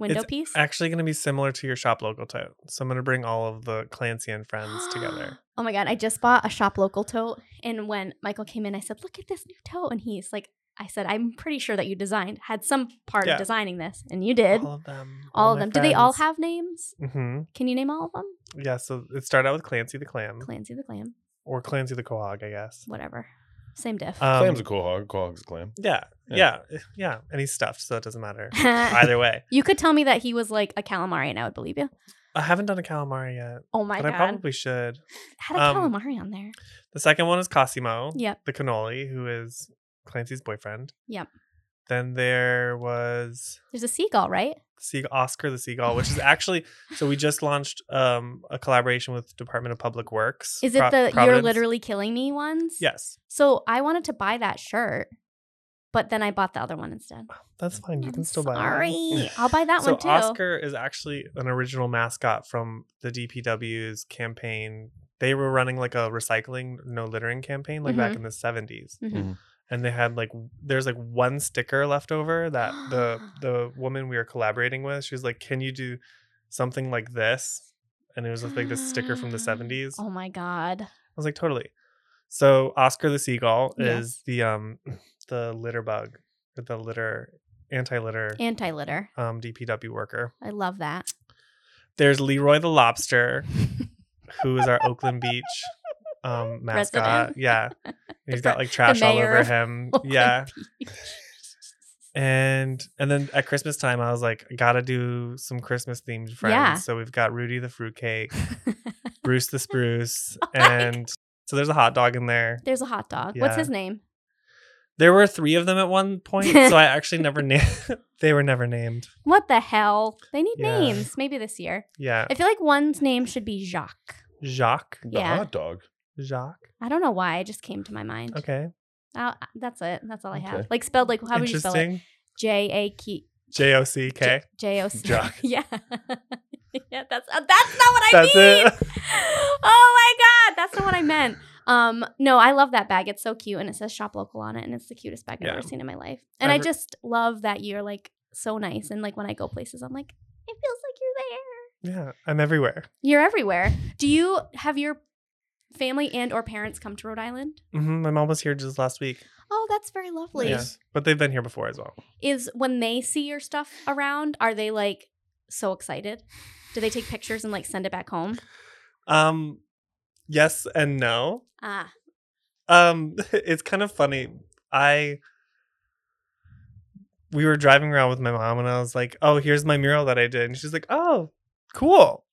B: window
C: It's
B: piece?
C: Actually, going to be similar to your shop local tote. So I'm going to bring all of the Clancy and friends together.
B: Oh my god! I just bought a shop local tote, and when Michael came in, I said, "Look at this new tote," and he's like, "I said I'm pretty sure that you designed had some part
C: Yeah.
B: of designing this, and you did."
C: All of them.
B: All of them. Do they all have names?
C: hmm
B: Can you name all of them?
C: Yeah. So it started out with Clancy the clam,
B: Clancy the Clam,
C: or Clancy the quahog, I guess.
B: whatever. Same diff.
C: Um,
A: Clam's a cool hog. Cool hog's a clam.
C: yeah,
A: Yeah.
C: yeah, eh, yeah, And he's stuffed, so it doesn't matter either way.
B: you could tell me that he was like a calamari, and I would believe you.
C: I haven't done a calamari yet,
B: Oh my
C: but I
B: god!
C: probably should.
B: had a
C: um,
B: calamari on there.
C: The second one is Cosimo,
B: Yep.
C: the cannoli, who is Clancy's boyfriend.
B: Yep.
C: Then there was
B: There's a seagull, right?
C: Seag- Oscar the Seagull, which is actually so we just launched um, a collaboration with Department of Public Works.
B: Is it
C: Pro-
B: the "You're
C: Providence.
B: literally killing me" ones?
C: Yes,
B: So I wanted to buy that shirt, but then I bought the other one instead.
C: that's fine. You
B: I'm
C: can still buy.
B: sorry.
C: it.
B: I'll buy that
C: so
B: one too.
C: Oscar is actually an original mascot from the DPW's campaign. They were running like a recycling, no littering campaign, like back
B: Mhm.
C: in the 70s
B: Mhm.
C: and they had like w- there's like one sticker left over that the the woman we were collaborating with she was like can you do something like this and it was just like this sticker from the 70s i
B: Oh my god.
C: was like totally so oscar the seagull
B: Yes.
C: is the um the litter bug or the litter anti-litter
B: Anti litter.
C: um dpw worker
B: I love that.
C: there's leroy the lobster who is our oakland beach um mascot
B: Resident.
C: yeah And he's got like trash all
B: mayor
C: over
B: of
C: him yeah and and then at christmas time i was like gotta do some christmas themed friends
B: Yeah.
C: so we've got rudy the fruitcake bruce the spruce
B: Oh
C: and so there's a hot dog in there
B: There's a hot dog. What's
C: Yeah.
B: his name?
C: there were three of them at one point so i actually never named they were never named
B: What the hell? They need
C: Yeah. Uh
B: names. Maybe this year.
C: yeah
B: I feel like one's name should be Jacques.
C: jacques
A: The
B: Yeah.
A: hot dog.
C: jacques
B: I don't know why. It just came to my mind.
C: okay
B: I'll- that's it. That's all I have.
A: Okay.
B: Like spelled like how would you spell it?
C: interesting
B: J A K
C: j-o-c-k
B: J- J-O-C.
A: Jock.
B: Yeah. yeah, that's uh, that's not what I
C: That's
B: mean.
C: it.
B: Oh my god, that's not what I meant. Um, no, I love that bag. It's so cute and it says shop local on it and it's the cutest bag I've
C: Yeah.
B: ever seen in my life. And I
C: Ever-
B: just love that you're like so nice and like when I go places I'm like it feels like you're there.
C: yeah i'm everywhere
B: You're everywhere. Do you have your family and or parents come to Rhode Island?
C: hmm my mom was here just last week
B: Oh, that's very lovely.
C: Yeah. but they've been here before as well
B: is when they see your stuff around, are they like so excited? Do they take pictures and like send it back home?
C: um yes and no
B: Ah,
C: Um, it's kind of funny. I we were driving around with my mom, and I was like, "Oh, here's my mural that I did," and she's like, "Oh, cool."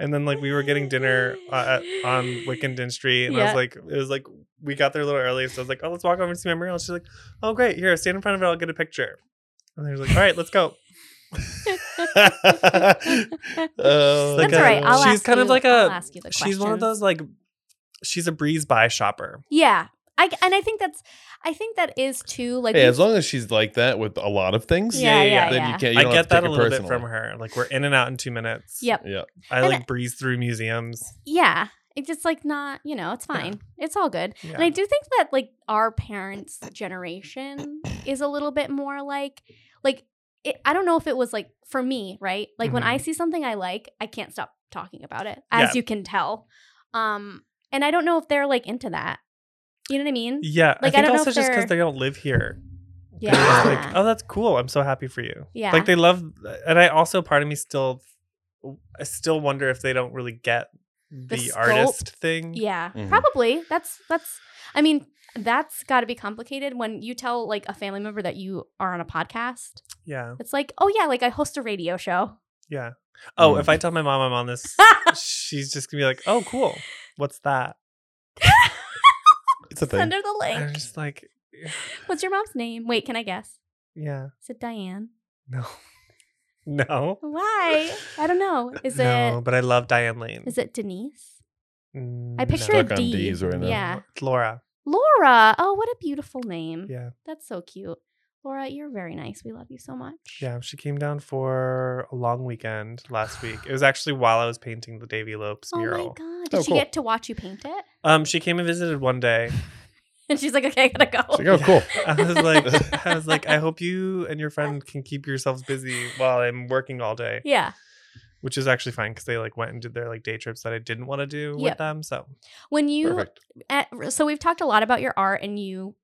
C: And then like we were getting dinner uh, at, on Wickenden Street, and I
B: Yeah.
C: was like, it was like we got there a little early, so I was like, oh, let's walk over and see Memorial. And she's like, oh great, here, stand in front of it, I'll get a picture. And they was like, all right, let's go.
A: Uh,
B: That's
C: like
B: all right.
C: a-
B: I'll
C: she's
B: ask
C: kind of
B: you-
C: like
B: I'll
C: a-
B: ask you the
C: She's one of
B: questions.
C: those like, she's a breeze by shopper.
B: Yeah. I, and I think that's, I think that is too, like,
A: hey,
B: we-
A: as long as she's like that with a lot of things,
B: yeah, yeah,
C: yeah,
B: yeah.
A: then you can't. You
C: I
A: don't
C: get
A: have to take
C: that a
A: it
C: little bit
A: personally.
C: from her. Like we're in and out in two minutes.
B: Yep.
A: Yeah.
C: I
B: And
C: like breeze through museums.
B: yeah. It's just like not, you know, it's
C: Yeah.
B: fine. It's all good.
C: Yeah.
B: And I do think that like our parents' generation is a little bit more like like it, I don't know if it was like for me, right? Like when I see something I like, I can't stop talking about it, as
C: Mm-hmm. Yeah.
B: you can tell. Um and I don't know if they're like into that. You know what I mean?
C: yeah.
B: Like, I
C: I think
B: don't know
C: also
B: if
C: just
B: they're-
C: because they don't live here.
B: Yeah.
C: They're just like, oh, that's cool. I'm so happy for you.
B: yeah.
C: Like they love, and I also part of me still, I still wonder if they don't really get the,
B: sculpt?
C: artist thing.
B: Yeah,
A: Mhm.
B: probably. That's that's. I mean, that's got to be complicated when you tell like a family member that you are on a podcast.
C: Yeah.
B: It's like, oh yeah, like I host a radio show.
C: Yeah. Oh,
A: Mm.
C: if I tell my mom I'm on this, she's just gonna be like, "Oh, cool. What's that?"
A: It's a thing.
B: Send her the
C: I'm
B: link.
C: just like,
B: What's your mom's name? Wait, can I guess?
C: yeah,
B: Is it Diane?
C: no, no,
B: Why? I don't know. Is
C: no.
B: it
C: But I love Diane Lane.
B: is it Denise?
C: Mm,
B: I picture
C: no.
B: a
A: Stuck on
B: D.
A: Ds right now.
B: Yeah.
C: It's Laura.
B: Laura. Oh, what a beautiful name.
C: Yeah,
B: That's so cute. Laura, you're very nice. We love you so much.
C: yeah. She came down for a long weekend last week. It was actually while I was painting the Davy Lopes
B: Oh my
C: mural.
B: god. Did
A: Oh,
B: she
A: cool.
B: get to watch you paint it?
C: Um, she came and visited one day.
B: And she's like, okay, I gotta go.
A: It's like, oh, cool.
C: I was like, I was like, I hope you and your friend can keep yourselves busy while I'm working all day.
B: Yeah.
C: which is actually fine because they like went and did their like day trips that I didn't want to do
B: Yep.
C: with them. So
B: When you
A: Perfect.
B: at, so we've talked a lot about your art and you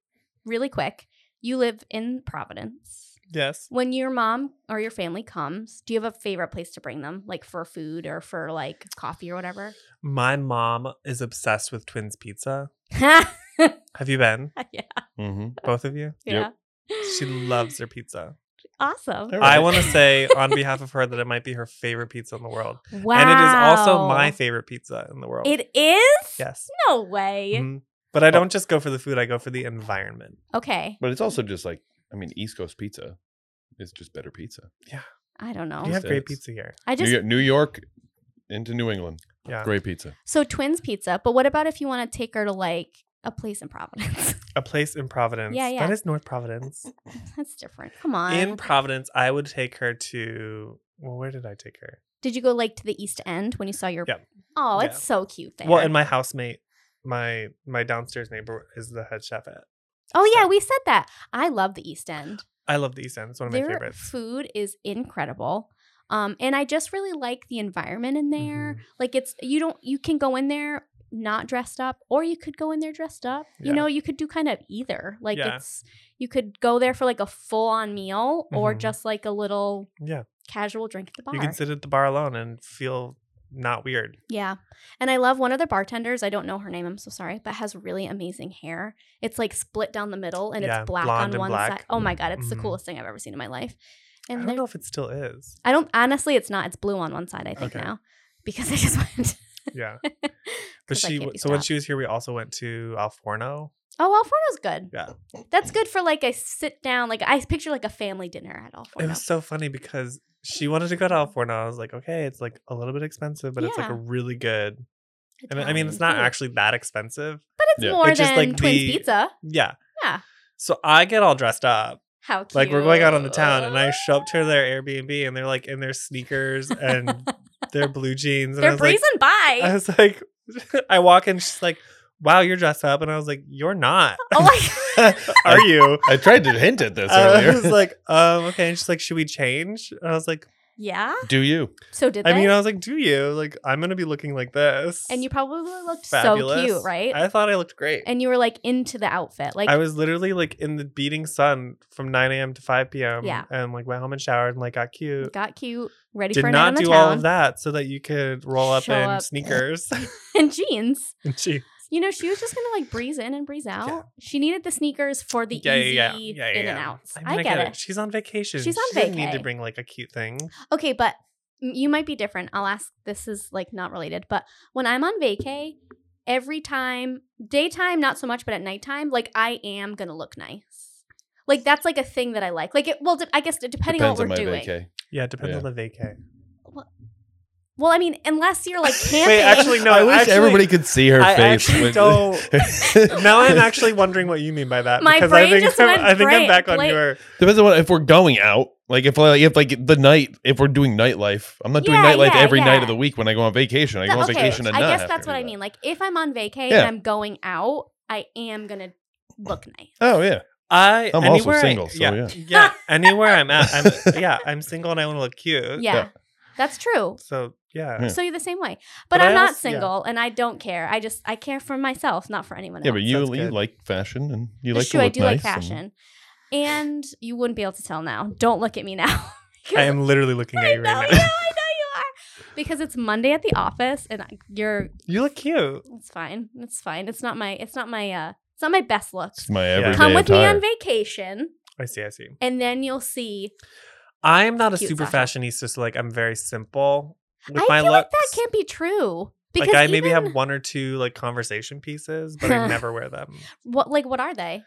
B: really quick. You live in Providence.
C: yes,
B: When your mom or your family comes, do you have a favorite place to bring them? Like for food or for like coffee or whatever?
C: my mom is obsessed with Twins Pizza.
B: yeah.
C: Have you been,
A: hmm
C: both of you?
B: Yeah.
C: She loves their pizza.
B: Awesome.
A: All
C: I
A: right.
C: want to say on behalf of her that it might be her favorite pizza in the world,
B: Wow.
C: and it is also my favorite pizza in the world.
B: It is?
C: yes,
B: No way.
C: Mhm. but
A: Oh.
C: I don't just go for the food; I go for the environment.
B: Okay.
A: But it's also just like, I mean, East Coast pizza is just better pizza.
B: I don't know.
C: We have great
A: That's-
C: pizza here.
B: I
A: New
B: just
A: York, New York into New England,
C: Yeah,
A: Oh, great pizza.
B: so twins pizza, but what about if you want to take her to like a place in Providence?
C: a place in Providence.
B: Yeah, yeah.
C: That is North Providence.
B: That's different. Come on.
C: in Providence, I would take her to. Well, where did I take her?
B: Did you go like to the East End when you saw your?
C: Yep.
B: Oh, it's
C: Yeah.
B: so cute there.
C: Well, and my housemate, my my downstairs neighbor is the head chef at.
B: oh yeah,
C: so-
B: we said that. I love the East End.
C: I love the East End. It's one of my
B: Their
C: favorites.
B: food is incredible. Um, and I just really like the environment in there.
C: Mm-hmm.
B: Like it's you don't you can go in there not dressed up, or you could go in there dressed up.
C: Yeah.
B: You know, you could do kind of either. Like
C: Yeah.
B: it's you could go there for like a full on meal, or
C: Mhm.
B: just like a little
C: Mm-hmm. Yeah,
B: casual drink at the bar.
C: you can sit at the bar alone and feel not weird.
B: Yeah. And I love one of the bartenders, I don't know her name, I'm so sorry, but has really amazing hair. It's like split down the middle and
C: Yeah,
B: it's black on
C: blonde and
B: one
C: black.
B: side. Oh my god, it's the
C: Mhm.
B: coolest thing I've ever seen in my life. And
C: I
B: they're-
C: don't know if it still is.
B: I don't honestly it's not. It's blue on one side, I think
C: Okay.
B: now. Because I just went.
C: Yeah,
B: 'Cause
C: but
B: I
C: she.
B: can't
C: w-
B: be
C: So when
B: stopped.
C: she was here, we also went to Al Forno.
B: Oh, Alforno's good.
C: Yeah.
B: That's good for like a sit down, like I picture like a family dinner at Alforno.
C: It was so funny because she wanted to go to Al Forno. I was like, okay, it's like a little bit expensive, but it's like
B: Yeah.
C: a really good. And I mean,
B: Italian
C: it's not
B: food.
C: actually that expensive.
B: But it's
A: Yeah.
B: more
C: It's
B: than
C: just, like,
B: Twins
C: the-
B: Pizza.
C: Yeah.
B: Yeah.
C: So I get all dressed up.
B: How cute.
C: Like we're going out on the town, and I show up to their Airbnb, and they're like in their sneakers and their blue jeans, and I
B: They're
C: was like,
B: breezing by.
C: I was like, I walk in, she's like, "Wow, you're dressed up," and I was like, "You're not,
B: oh my
C: are you?"
A: I tried to hint at this
C: I was
A: earlier.
C: like, "Um, okay." And she's like, "Should we change?" And I was like,
B: Yeah.
A: Do you?
B: So did
C: "I
B: they?
C: mean, I was like, do you like? I'm gonna be looking like this."
B: And you probably looked so cute,
C: Fabulous.
B: right?
C: I thought I looked great.
B: and you were like into the outfit. Like
C: I was literally like in the beating sun from 9 a.m. to 5 p.m.
B: Yeah.
C: and like went home and showered and like got cute.
B: got cute, ready
C: Did
B: for a night on
C: not
B: the
C: do
B: town.
C: all of that so that you could roll up
B: Show
C: in
B: up.
C: sneakers.
B: and jeans.
C: And she-
B: You know, she was just gonna like breeze in and breeze out.
C: Yeah.
B: She needed the sneakers for the
C: Yeah,
B: easy
C: yeah, yeah, yeah, yeah,
B: in and
C: yeah.
B: outs. I,
C: mean,
B: get, it.
C: She's on vacation.
B: She's on
C: She didn't need
B: vacay.
C: to bring like a cute thing.
B: Okay, but you might be different. I'll ask. This is like not related, but when I'm on vacay, every time, daytime, not so much, but at nighttime, like I am gonna look nice. Like that's like a thing that I like. Like it. Well, de- I guess depending
A: Depends
B: on
A: on my
B: what we're doing.
A: vacay.
C: Yeah, it depends on the vacay.
B: Well, I mean, unless you're like camping.
C: Wait, actually, no.
A: I wish
C: actually,
A: everybody could see her
C: I
A: face.
C: actually
A: when-
C: don't- Now I'm actually wondering what you mean by that
B: My
C: because I
B: brain
C: think
B: just
C: I'm,
B: went
C: I think I'm
B: blank-
C: back on
B: blank.
C: your.
A: Depends on what if we're going out. Like if like if like the night if we're doing nightlife. I'm not doing
B: Yeah,
A: nightlife
B: yeah,
A: every
B: yeah.
A: night of the week when I go on vacation. I
B: No,
A: go on
B: okay,
A: vacation and
B: I
A: not
B: guess
A: have
B: that's
A: to
B: what
A: do
B: I
A: that.
B: mean. Like if I'm on vacay
A: Yeah.
B: and I'm going out, I am gonna look nice.
A: Oh yeah.
C: I
A: I'm also
C: anywhere I-
A: single, so
C: yeah, yeah. Anywhere I'm at, I'm, yeah, I'm single and I want to look cute.
B: yeah,
A: yeah.
B: that's true.
C: So Uh, yeah,
A: Yeah.
B: So you're the same way, but,
C: But I
B: I'm not
C: also- yeah.
B: single, and I don't care. I just I care for myself, not for anyone
A: Yeah,
B: else.
A: but you,
C: sounds
A: you
C: good.
A: like fashion and you
B: It's
A: like
B: true.
A: to
B: I
A: look
B: do like
A: nice and-
B: fashion, and you wouldn't be able to tell now. Don't look at me now.
C: I am literally looking
B: I
C: at
B: know,
C: you
B: I know, I
C: right
B: know
C: now.
B: you are. Because it's Monday at the office, and I- you're.
C: You look cute.
B: It's fine. It's fine. It's not my. It's not my. Uh. It's not my best
A: It's
B: looks.
A: my
C: Yeah.
A: everyday
B: Come with me on
A: attire.
B: vacation,
C: I see. I see.
B: and then you'll see.
C: I'm not a
B: Cute
C: super
B: fashion.
C: fashionista, so like I'm very simple with
B: I
C: my
B: feel like
C: looks.
B: that can't be true. Because
C: like I maybe
B: even,
C: have one or two like conversation pieces, but I never wear them.
B: what like what are they?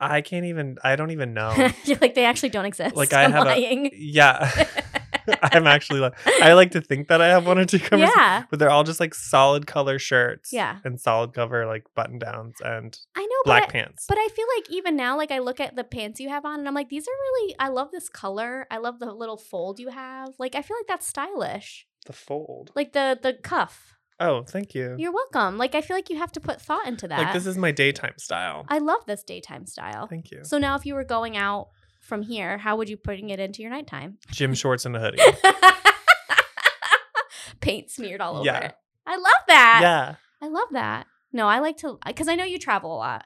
C: I can't even. I don't even know.
B: You're like they actually don't exist.
C: Oh. Like, I
B: am
C: have a-
B: lying.
C: yeah, I'm actually. Like, I like to think that I have one or two conversations,
B: yeah,
C: but they're all just like solid color shirts.
B: Yeah.
C: and solid cover like button downs and
B: I know.
C: black
B: but,
C: pants.
B: but I feel like even now, like I look at the pants you have on, and I'm like, these are really. I love this color. I love the little fold you have. Like I feel like that's stylish.
C: the fold.
B: Like the the cuff.
C: Oh, thank you.
B: You're welcome. Like I feel like you have to put thought into that. Oh.
C: Like this is my daytime style.
B: I love this daytime style.
C: thank you.
B: So now, if you were going out from here, how would you putting it into your nighttime?
C: Gym shorts and a hoodie.
B: Paint smeared all over
C: Yeah.
B: it. I love that.
C: yeah,
B: I love that. No, I like to because I know you travel a lot.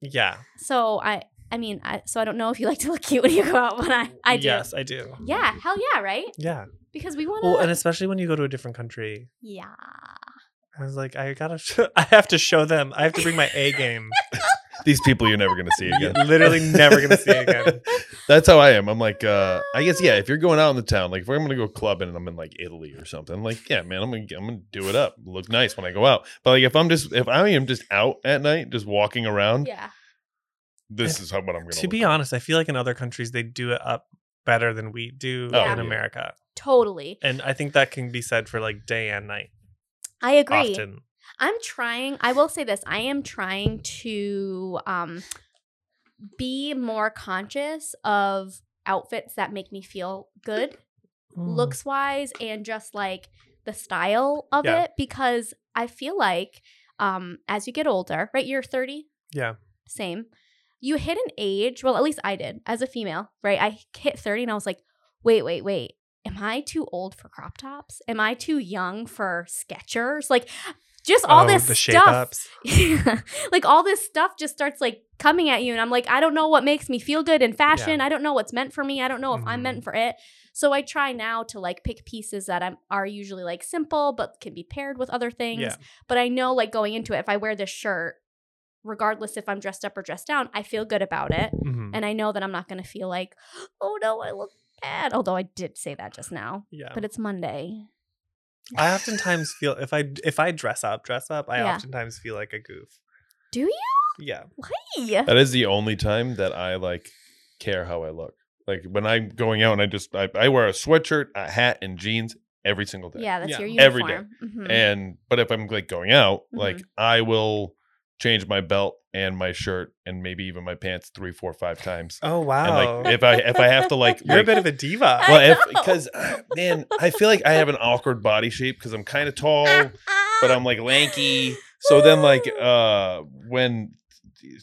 C: yeah.
B: So I, I mean, I, so I don't know if you like to look cute when you go out, but I, I do.
C: Yes, I do.
B: Yeah, hell yeah, right?
C: Yeah.
B: Because we want to.
C: Well, and especially when you go to a different country.
B: yeah.
C: I was like, I gotta, sh- I have to show them. I have to bring my A game.
A: These people you're never gonna see
C: You're
A: again.
C: literally never gonna see again.
A: That's how I am. I'm like, uh, I guess yeah. If you're going out in the town, like if I'm gonna go clubbing and I'm in like Italy or something, I'm like yeah, man, I'm gonna I'm gonna do it up, look nice when I go out. But like if I'm just if I am just out at night, just walking
C: Mm.
A: around,
B: Yeah.
A: this is how what I'm gonna.
C: to
A: look
C: be
A: like.
C: honest, I feel like in other countries they do it up better than we do
A: Oh,
C: in
A: yeah.
C: America,
B: Totally.
C: and I think that can be said for like day and night
B: I agree.
C: often.
B: I'm trying, I will say this I am trying to um, be more conscious of outfits that make me feel good
C: Mm.
B: looks wise and just like the style of
C: Yeah.
B: it because I feel like um as you get older, right? You're 30,
C: Yeah,
B: same. You hit an age, well at least I did as a female, right? I hit 30 and I was like, "Wait, wait, wait. Am I too old for crop tops? Am I too young for Skechers?" Like just all
C: Oh,
B: this
C: the shape
B: stuff.
C: ups.
B: like all this stuff just starts like coming at you and i'm like i don't know what makes me feel good in fashion i don't know what's meant for me i don't know if i'm
C: Mhm.
A: Mm.
B: meant for it so i try now to like pick pieces that i'm are usually like simple but can be paired with other things
C: Yeah.
B: but i know like going into it if i wear this shirt regardless if i'm dressed up or dressed down i feel good about it
C: Mhm.
A: Mm.
B: and i know that i'm not going to feel like oh no i look bad although i did say that just now
C: Yeah,
A: Oh.
B: but it's monday
C: I oftentimes feel if I if I dress up, dress up, I
B: Yeah.
C: oftentimes feel like a goof.
B: do you
C: Yeah,
B: yeah
A: That is the only time that I like care how I look. Like when I'm going out and I just I, I wear a sweatshirt, a hat, and jeans every single day.
B: that's
C: Yeah.
B: your
A: Every
B: uniform
A: day.
B: Mhm.
A: And but if I'm like going out, like I will change my belt and my shirt and maybe even my pants three, four, five times.
C: Oh
A: And
C: wow,
A: like if I if I have to like
C: you're a
A: like-
C: bit of a diva.
B: I
A: well if
B: know.
A: because uh, man, I feel like I have an awkward body shape because I'm kind of tall, oh, but I'm like lanky. So then like uh when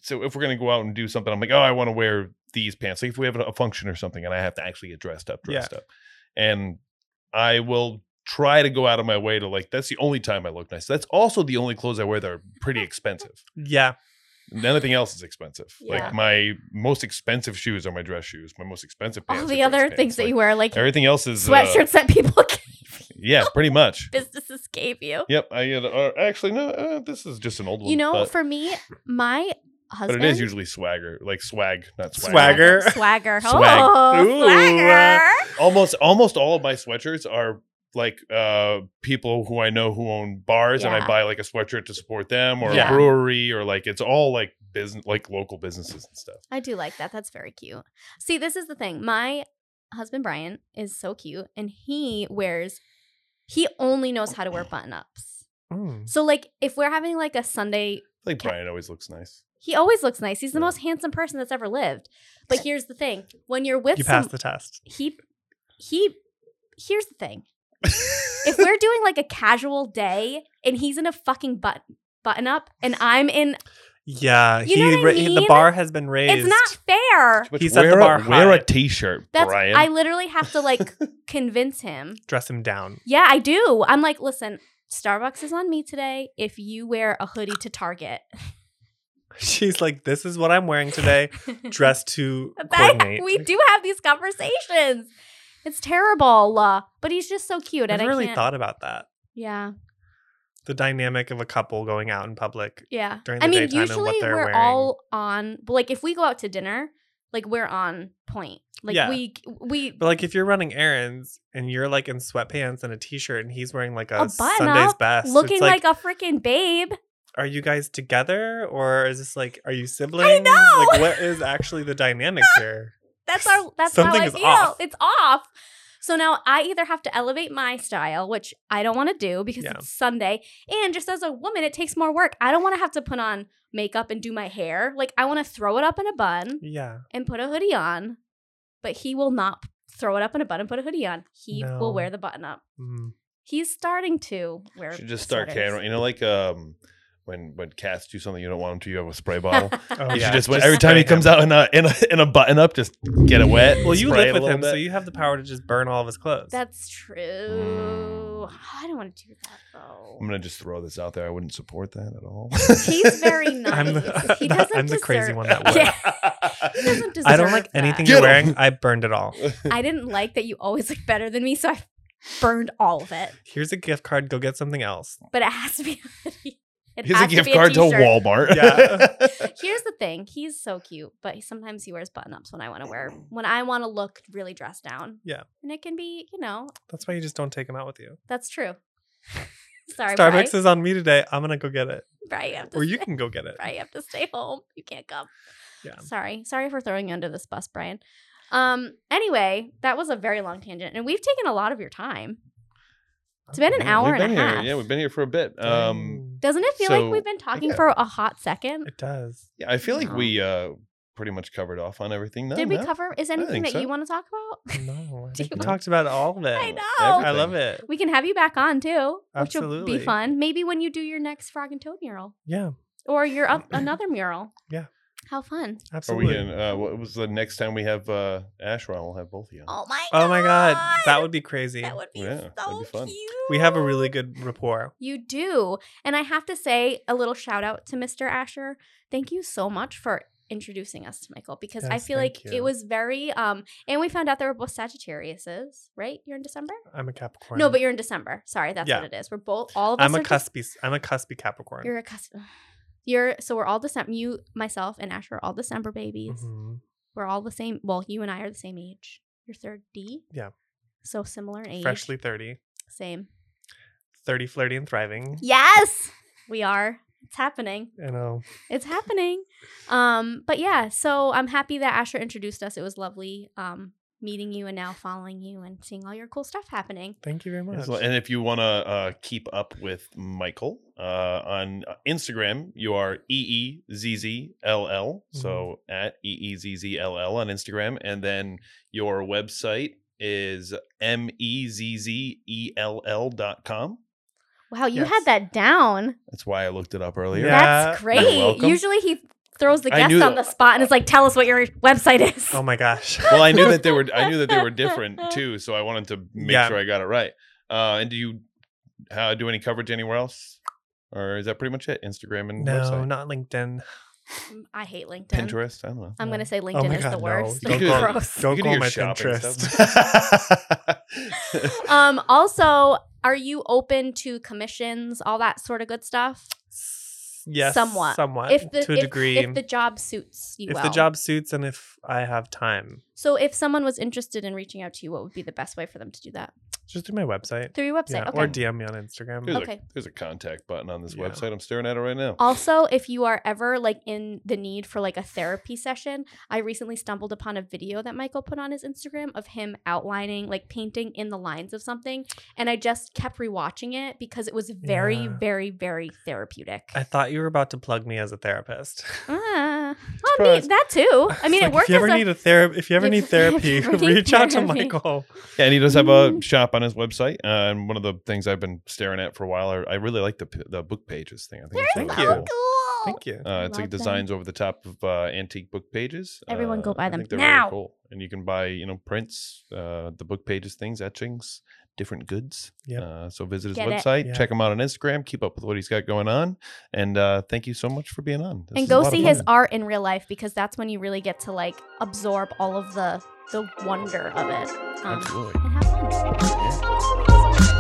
A: so if we're gonna go out and do something, I'm like, oh, I want to wear these pants. Like if we have a a function or something, and I have to actually get dressed up,
C: Yeah.
A: dressed up, and I will try to go out of my way to like. That's the only time I look nice. That's also the only clothes I wear that are pretty expensive.
C: yeah,
A: Nothing else is expensive.
B: Yeah.
A: Like my most expensive shoes are my dress shoes. My most expensive pants.
B: all
A: are
B: the
A: dress
B: other
A: pants.
B: things that
A: Like,
B: you wear, like
A: Everything else is uh,
B: sweatshirts that people gave you,
A: yeah, pretty much.
B: businesses gave you.
A: Yep. I uh, actually no. Uh, this is uh, just an old one.
B: You know,
A: but-
B: for me, my husband.
A: But it is usually swagger, like swag, not swagger.
C: Swagger.
B: Swagger.
A: Swag.
B: Oh,
C: Ooh.
B: swagger.
A: Almost, almost all of my sweatshirts are like uh people who I know who own bars, and
B: Yeah.
A: I buy like a sweatshirt to support them or
B: Yeah.
A: a brewery or like it's all like business, like local businesses and stuff.
B: I do like that. That's very cute. See, this is the thing. My husband Brian is so cute and he wears he only knows how to wear button ups.
C: Mm.
B: So like if we're having like a Sunday,
A: Like Brian always looks nice.
B: he always looks nice. He's the
A: Yeah.
B: most handsome person that's ever lived. But here's the thing. When you're with
C: You
B: some,
C: passed the test.
B: he he here's the thing. if we're doing like a casual day and he's in a fucking button button up and I'm in
C: Yeah,
B: You know what I
C: ra- he- the
B: mean?
C: bar has been raised.
B: it's not fair.
A: But
C: He set the
A: wear
C: bar
A: a, wear
C: high.
A: a t-shirt,
B: That's
A: Brian.
B: I literally have to like convince him.
C: dress him down.
B: Yeah, I do. I'm like, listen, Starbucks is on me today. If you wear a hoodie to Target,
C: She's like, "This is what I'm wearing today, dress to
B: I,
C: coordinate."
B: we do have these conversations. It's terrible, uh, but he's just so cute,
C: I've
B: and I
C: really
B: can't.
C: thought about that.
B: yeah,
C: The dynamic of a couple going out in public.
B: yeah.
C: During
B: I
C: the
B: mean,
C: daytime and what
B: usually
C: they're
B: we're all on. but, Like, if we go out to dinner, like we're on point. Like
C: Yeah.
B: we we
C: But like, if you're running errands and you're like in sweatpants and a t-shirt, and he's wearing like a,
B: A button
C: Sunday's
B: up,
C: best, it's
B: looking like, a freaking babe.
C: are you guys together or is this like, are you siblings?
B: know!
C: Like, what is actually the dynamic here?
B: That's our that's
C: Something
B: how I
C: is
B: feel.
C: off.
B: It's off. So now I either have to elevate my style, which I don't want to do because
C: Yeah.
B: it's Sunday, and just as a woman, it takes more work. I don't want to have to put on makeup and do my hair. Like I want to throw it up in a bun
C: Yeah.
B: and put a hoodie on, but he will not throw it up in a bun and put a hoodie on. He
C: No.
B: will wear the button up.
C: Mm.
B: He's starting to wear.
A: should just start
B: sweaters.
A: carrying. You know, like um, when when cats do something you don't want them to, you have a spray bottle.
C: Oh,
A: You
C: yeah.
A: should just, every time he
C: spray
A: comes out in a in a, in a button up, just get it wet.
C: Well, you
A: spray it
C: live
A: a
C: with
A: little
C: him, so you have the power to just burn all of his clothes.
B: That's true. I don't want to do that though.
A: Mm. I'm gonna just throw this out there. I wouldn't support that at all.
B: He's very nice.
C: I'm the,
B: he doesn't
C: I'm the crazy
B: deserve-
C: one that
B: Yeah.
C: would.
B: He doesn't deserve
C: I don't like
B: that.
C: anything
A: Get
C: you're
A: 'em.
C: wearing. I burned it all.
B: I didn't like that you always look better than me, so I burned all of it.
C: Here's a gift card. Go get something else.
B: But it has to be. It
A: Here's a
B: has to
A: gift
B: be
A: card to
B: t-shirt.
A: Walmart.
C: Yeah.
B: Here's the thing: he's so cute, but he- sometimes he wears button ups when I want to wear when I want to look really dressed down.
C: Yeah.
B: and it can be, you know,
C: That's why you just don't take him out with you.
B: that's true. Sorry, Brian.
C: Starbucks is on me today. I'm gonna go get it,
B: Brian, you have to
C: or you
B: stay-
C: can go get it.
B: Brian, you have to stay home. You can't come.
C: Yeah.
B: Sorry, sorry for throwing you under this bus, Brian. Um. Anyway, that was a very long tangent, and we've taken a lot of your time. It's been an
A: Yeah,
B: hour
A: we've
B: and a
A: been here.
B: half.
A: Yeah, we've been here for a bit. Um,
C: Dang.
B: Doesn't it feel
A: So,
B: like we've been talking
A: yeah.
B: for a hot second?
C: it does.
A: yeah, I feel like
B: No.
A: we uh pretty much covered off on everything. No,
B: Did we
A: no.
B: cover? Is anything
A: think
B: that
A: so.
B: you want to talk about?
C: No,
B: Do
C: I think
B: you
C: we talked about all of it.
B: I
A: everything.
B: know.
C: I love it.
B: We can have you back on too, which will be
C: Absolutely.
B: fun. Maybe when you do your next Frog and Toad mural
C: Yeah,
B: or your oth- another mural.
C: Yeah.
B: How fun!
A: Are we
C: absolutely.
A: in? Uh, what was the next time we have uh, Ashron? We'll have both of you.
B: Oh my!
C: oh my god, that would be crazy.
B: that would be
A: Yeah, that'd
B: so
A: be fun.
B: cute.
C: we have a really good rapport.
B: You do. And I have to say a little shout out to Mr. Asher. Thank you so much for introducing us to Michael because I
C: Yes,
B: feel
C: thank
B: like
C: you.
B: it was very um and we found out they were both Sagittariuses, right? You're in December?
C: I'm a Capricorn.
B: No, but you're in December. Sorry, that's
C: Yeah.
B: what it is. We're both all of us
C: I'm a
B: are Dec-
C: cuspy. I'm a cuspy Capricorn.
B: You're a cuspy. You're so we're all December. You, myself, and Asher are all December babies.
C: Mhm.
B: We're all the same. Well, you and I are the same age. You're third D.
C: Yeah.
B: So similar in age.
C: Freshly 30,
B: Same.
C: 30, flirty, and thriving.
B: Yes, we are. It's happening.
C: You know,
B: it's happening. Um, but yeah, so I'm happy that Asher introduced us. It was lovely um meeting you and now following you and seeing all your cool stuff happening.
C: thank you very much.
A: Yes, well, And if you want to uh, keep up with Michael uh, on Instagram, you are E E Z Z L L. So at E E Z Z L L on Instagram. And then your website is M E Z Z E L L dot com.
B: Wow, you
C: Yes.
B: had that down.
A: That's why I looked it up earlier.
C: Yeah.
B: That's great.
A: welcome.
B: Usually he throws the
A: I
B: guest
A: knew
B: on the
A: that-
B: spot and is like, tell us what your website is.
C: Oh my gosh.
A: Well, I knew that they were. I knew that they were different too. So I wanted to make
C: Yeah.
A: sure I got it right. Uh, and do you uh, do any coverage anywhere else, or is that pretty much it? Instagram and
C: No,
A: website,
C: not LinkedIn.
B: Mm, I hate LinkedIn.
A: Pinterest. I don't know.
B: I'm gonna say LinkedIn
C: Oh my
B: is
C: God,
B: the
C: no.
B: worst.
A: Don't
B: That's
A: go-
B: gross.
C: Don't
A: You
C: call
A: can
C: my
A: do your shopping stuff.
B: Um, also, are you open to commissions, all that sort of good stuff?
C: yes,
B: Somewhat.
C: somewhat
B: if the
C: Uh, to a
B: if,
C: degree.
B: if the job suits you
C: if
B: well.
C: the job suits and if I have time,
B: so if someone was interested in reaching out to you what would be the best way for them to do that
C: just do my website.
B: through your website
C: Yeah,
B: okay
C: or DM me on Instagram.
A: There's,
B: Okay. Oh.
A: a, there's a contact button on this
C: Yeah.
A: website. I'm staring at it right now.
B: also if you are ever like in the need for like a therapy session i recently stumbled upon a video that michael put on his instagram of him outlining like painting in the lines of something and i just kept rewatching it because it was very
C: Yeah.
B: very very therapeutic
C: I thought you were about to plug me as a therapist.
B: Ah, well, me,
C: Surprise.
B: that too. I mean,
C: It's
B: it
C: like,
B: works
C: If you ever
B: as a,
C: need a therapy, if you ever
B: If-
C: need
B: if you ever
C: therapy,
B: need
C: reach out to
B: therapy.
C: Michael.
A: Yeah, and he does have
B: Mm.
A: a shop on his website. Uh, and one of the things I've been staring at for a while, I, I really like the p- the book pages thing. I think it's
B: They're
A: really
C: Thank
B: so
C: you.
A: cool.
B: cool.
C: Thank you.
A: Uh, it's
B: Love
A: like
B: them.
A: designs over the top of uh, antique book pages.
B: Everyone go
A: Uh,
B: buy
A: I
B: them
A: think they're
B: now.
A: cool. And you can buy, you know, prints, uh, the book pages, things, etchings, different goods.
C: Yep.
A: Uh, so visit his
B: Get it.
A: website,
C: Yeah.
A: check him out on Instagram, keep up with what he's got going on, and uh, thank you so much for being on. This
B: and
A: is a
B: go
A: lot of
B: see his
A: fun.
B: art in real life because that's when you really get to like absorb all of the the wonder of it. Um,
A: Absolutely.
B: and have fun. Thank you so much.